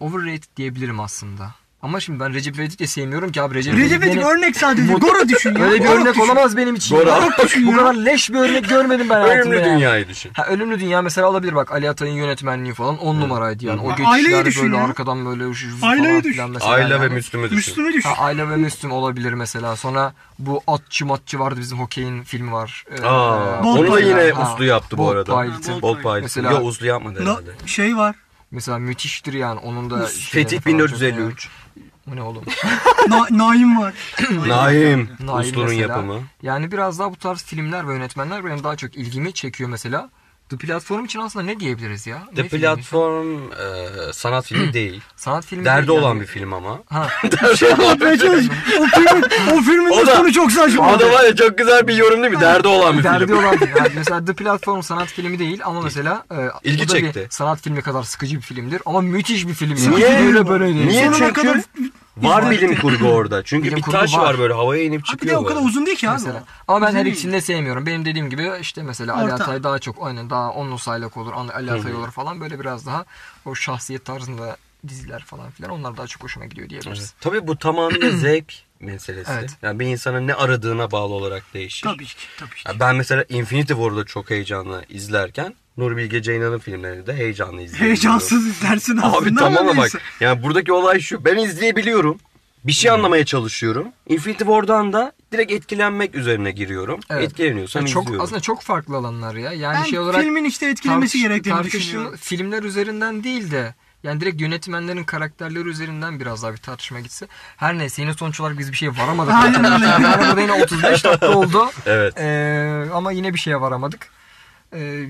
Speaker 2: overrated diyebilirim aslında. Ama şimdi ben Recep İvedik de sevmiyorum ki abi Recep
Speaker 4: Recep İvedik
Speaker 2: beni-
Speaker 4: örnek sadece. Goro düşün ya.
Speaker 2: Öyle bir
Speaker 4: Goro
Speaker 2: örnek
Speaker 4: düşün.
Speaker 2: olamaz benim için.
Speaker 3: Doğru.
Speaker 2: Ya. Bu kadar leş bir örnek görmedim ben hayatımda
Speaker 3: Ölümlü
Speaker 2: ya.
Speaker 3: dünyayı düşün.
Speaker 2: Ha, ölümlü dünya mesela olabilir bak Ali Atay'ın yönetmenliği falan on numaraydı yani. O
Speaker 4: Ha, aileyi
Speaker 2: geçişler
Speaker 4: düşün
Speaker 2: böyle
Speaker 4: ya.
Speaker 2: arkadan böyle şu falan
Speaker 4: Aileyi düşün.
Speaker 2: filan mesela.
Speaker 3: Ayla
Speaker 2: yani.
Speaker 3: ve Müslüm'ü düşün.
Speaker 4: Müslüm'ü düşün.
Speaker 2: Ha, Ayla ve Müslüm olabilir mesela. Sonra bu atçı matçı vardı bizim hokeyin filmi var. Ee,
Speaker 3: Aa,
Speaker 2: e,
Speaker 3: onu da
Speaker 2: Bolt
Speaker 3: yine
Speaker 2: Pilot. Ha,
Speaker 3: uslu yaptı bu
Speaker 2: Bolt
Speaker 3: arada.
Speaker 2: Pilot'ın.
Speaker 4: Ha, Bolt
Speaker 3: Bolt Pilot.
Speaker 2: Mesela-
Speaker 3: Yok uslu yapmadı
Speaker 4: Na-
Speaker 3: herhalde.
Speaker 4: şey var.
Speaker 2: Mesela müthiştir yani onun da. şeyleri falan
Speaker 3: Fetih
Speaker 2: çok
Speaker 3: 1453.
Speaker 2: yani. Bu ne oğlum?
Speaker 4: Na- Naim var.
Speaker 3: Naim.
Speaker 2: Nail
Speaker 3: Uslu'nun
Speaker 2: mesela.
Speaker 3: yapımı.
Speaker 2: Yani biraz daha bu tarz filmler ve yönetmenler benim daha çok ilgimi çekiyor mesela. The Platform için aslında ne diyebiliriz ya?
Speaker 3: The
Speaker 2: Ne filmi?
Speaker 3: Platform e, sanat filmi değil.
Speaker 2: Sanat filmi
Speaker 3: Derdi
Speaker 2: değil yani.
Speaker 3: olan bir film ama.
Speaker 2: Ha. şey
Speaker 4: Anlatmaya çalış. O filmin, o filmin
Speaker 3: O da-
Speaker 4: sonu çok saçma.
Speaker 3: O da var ya çok güzel bir yorum değil mi? Derdi olan bir
Speaker 2: Derdi
Speaker 3: film.
Speaker 2: olan bir- yani mesela The Platform sanat filmi değil ama mesela e,
Speaker 3: İlgi
Speaker 2: o da
Speaker 3: çekti.
Speaker 2: bir sanat filmi kadar sıkıcı bir filmdir ama müthiş bir film. yani.
Speaker 3: Niye?
Speaker 2: Böyle böyle değil.
Speaker 3: Niye?
Speaker 4: Sonuna
Speaker 3: Çünkü-
Speaker 4: kadar-
Speaker 3: Var bilim kurgu orada. Çünkü
Speaker 2: Bilim
Speaker 3: bir
Speaker 2: kurgu
Speaker 3: taş
Speaker 2: var.
Speaker 3: var. böyle havaya inip
Speaker 4: Abi de
Speaker 3: çıkıyor.
Speaker 4: o kadar
Speaker 3: böyle.
Speaker 4: uzun değil ki abi.
Speaker 2: Mesela. Ama ben her
Speaker 4: Üzülmeyin.
Speaker 2: ikisini de sevmiyorum. Benim dediğim gibi işte mesela Ali
Speaker 4: Orta.
Speaker 2: Atay daha çok aynen daha onlu saylak olur, An- Ali Atay olur falan böyle biraz daha o şahsiyet tarzında diziler falan filan onlar daha çok hoşuma gidiyor diyebiliriz.
Speaker 3: Tabii bu tamamen zevk meselesi.
Speaker 2: Evet.
Speaker 3: Yani bir insanın ne aradığına bağlı olarak değişir.
Speaker 4: Tabii ki. Tabii ki.
Speaker 3: Ya ben mesela Infinity War'da çok heyecanlı izlerken Nur Bilge Ceylan'ın filmlerini de heyecanlı izliyorum.
Speaker 4: Heyecansız izlersin aslında
Speaker 3: Abi tamam
Speaker 4: ama
Speaker 3: ama bak.
Speaker 4: neyse. Hmm.
Speaker 3: Yani buradaki olay şu. Ben izleyebiliyorum. Bir şey anlamaya çalışıyorum. Infinity War'dan da direkt etkilenmek üzerine giriyorum.
Speaker 2: Evet.
Speaker 3: Etkileniyorsam
Speaker 2: Yani çok
Speaker 3: izliyorum.
Speaker 2: aslında çok farklı alanlar ya. Yani
Speaker 4: Ben
Speaker 2: şey olarak
Speaker 4: filmin işte etkilemesi
Speaker 2: tartış-
Speaker 4: gerektiğini
Speaker 2: tartışma-
Speaker 4: düşünüyorum.
Speaker 2: Filmler üzerinden değil de yani direkt yönetmenlerin karakterleri üzerinden biraz daha bir tartışma gitse. Her neyse yine sonuç olarak biz bir şeye varamadık.
Speaker 4: Aynen öyle.
Speaker 2: Yani arada yine 35 dakika oldu.
Speaker 3: Evet.
Speaker 2: Ee, ama yine bir şeye varamadık. Ee,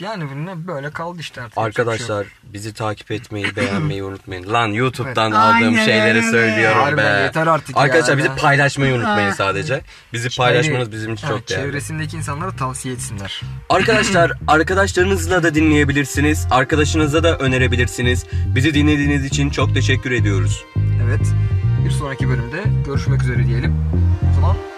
Speaker 2: yani bu ne- böyle kaldı işte artık. şey
Speaker 3: Arkadaşlar bizi takip etmeyi, beğenmeyi unutmayın. Lan YouTube'dan
Speaker 4: Evet.
Speaker 3: aldığım
Speaker 4: Aynen
Speaker 3: şeyleri
Speaker 4: öyle.
Speaker 3: söylüyorum
Speaker 2: Harbiden
Speaker 3: be.
Speaker 2: yeter artık
Speaker 3: Arkadaşlar
Speaker 2: yani.
Speaker 3: bizi paylaşmayı unutmayın
Speaker 4: Ah.
Speaker 3: sadece. Bizi
Speaker 2: Şey-
Speaker 3: paylaşmanız bizim için
Speaker 2: Evet,
Speaker 3: çok değerli.
Speaker 2: Çevresindeki insanlara tavsiye etsinler.
Speaker 3: Arkadaşlar arkadaşlarınızla da dinleyebilirsiniz. Arkadaşınıza da önerebilirsiniz. Bizi dinlediğiniz için çok teşekkür ediyoruz.
Speaker 2: Evet. Bir sonraki bölümde görüşmek üzere diyelim. O zaman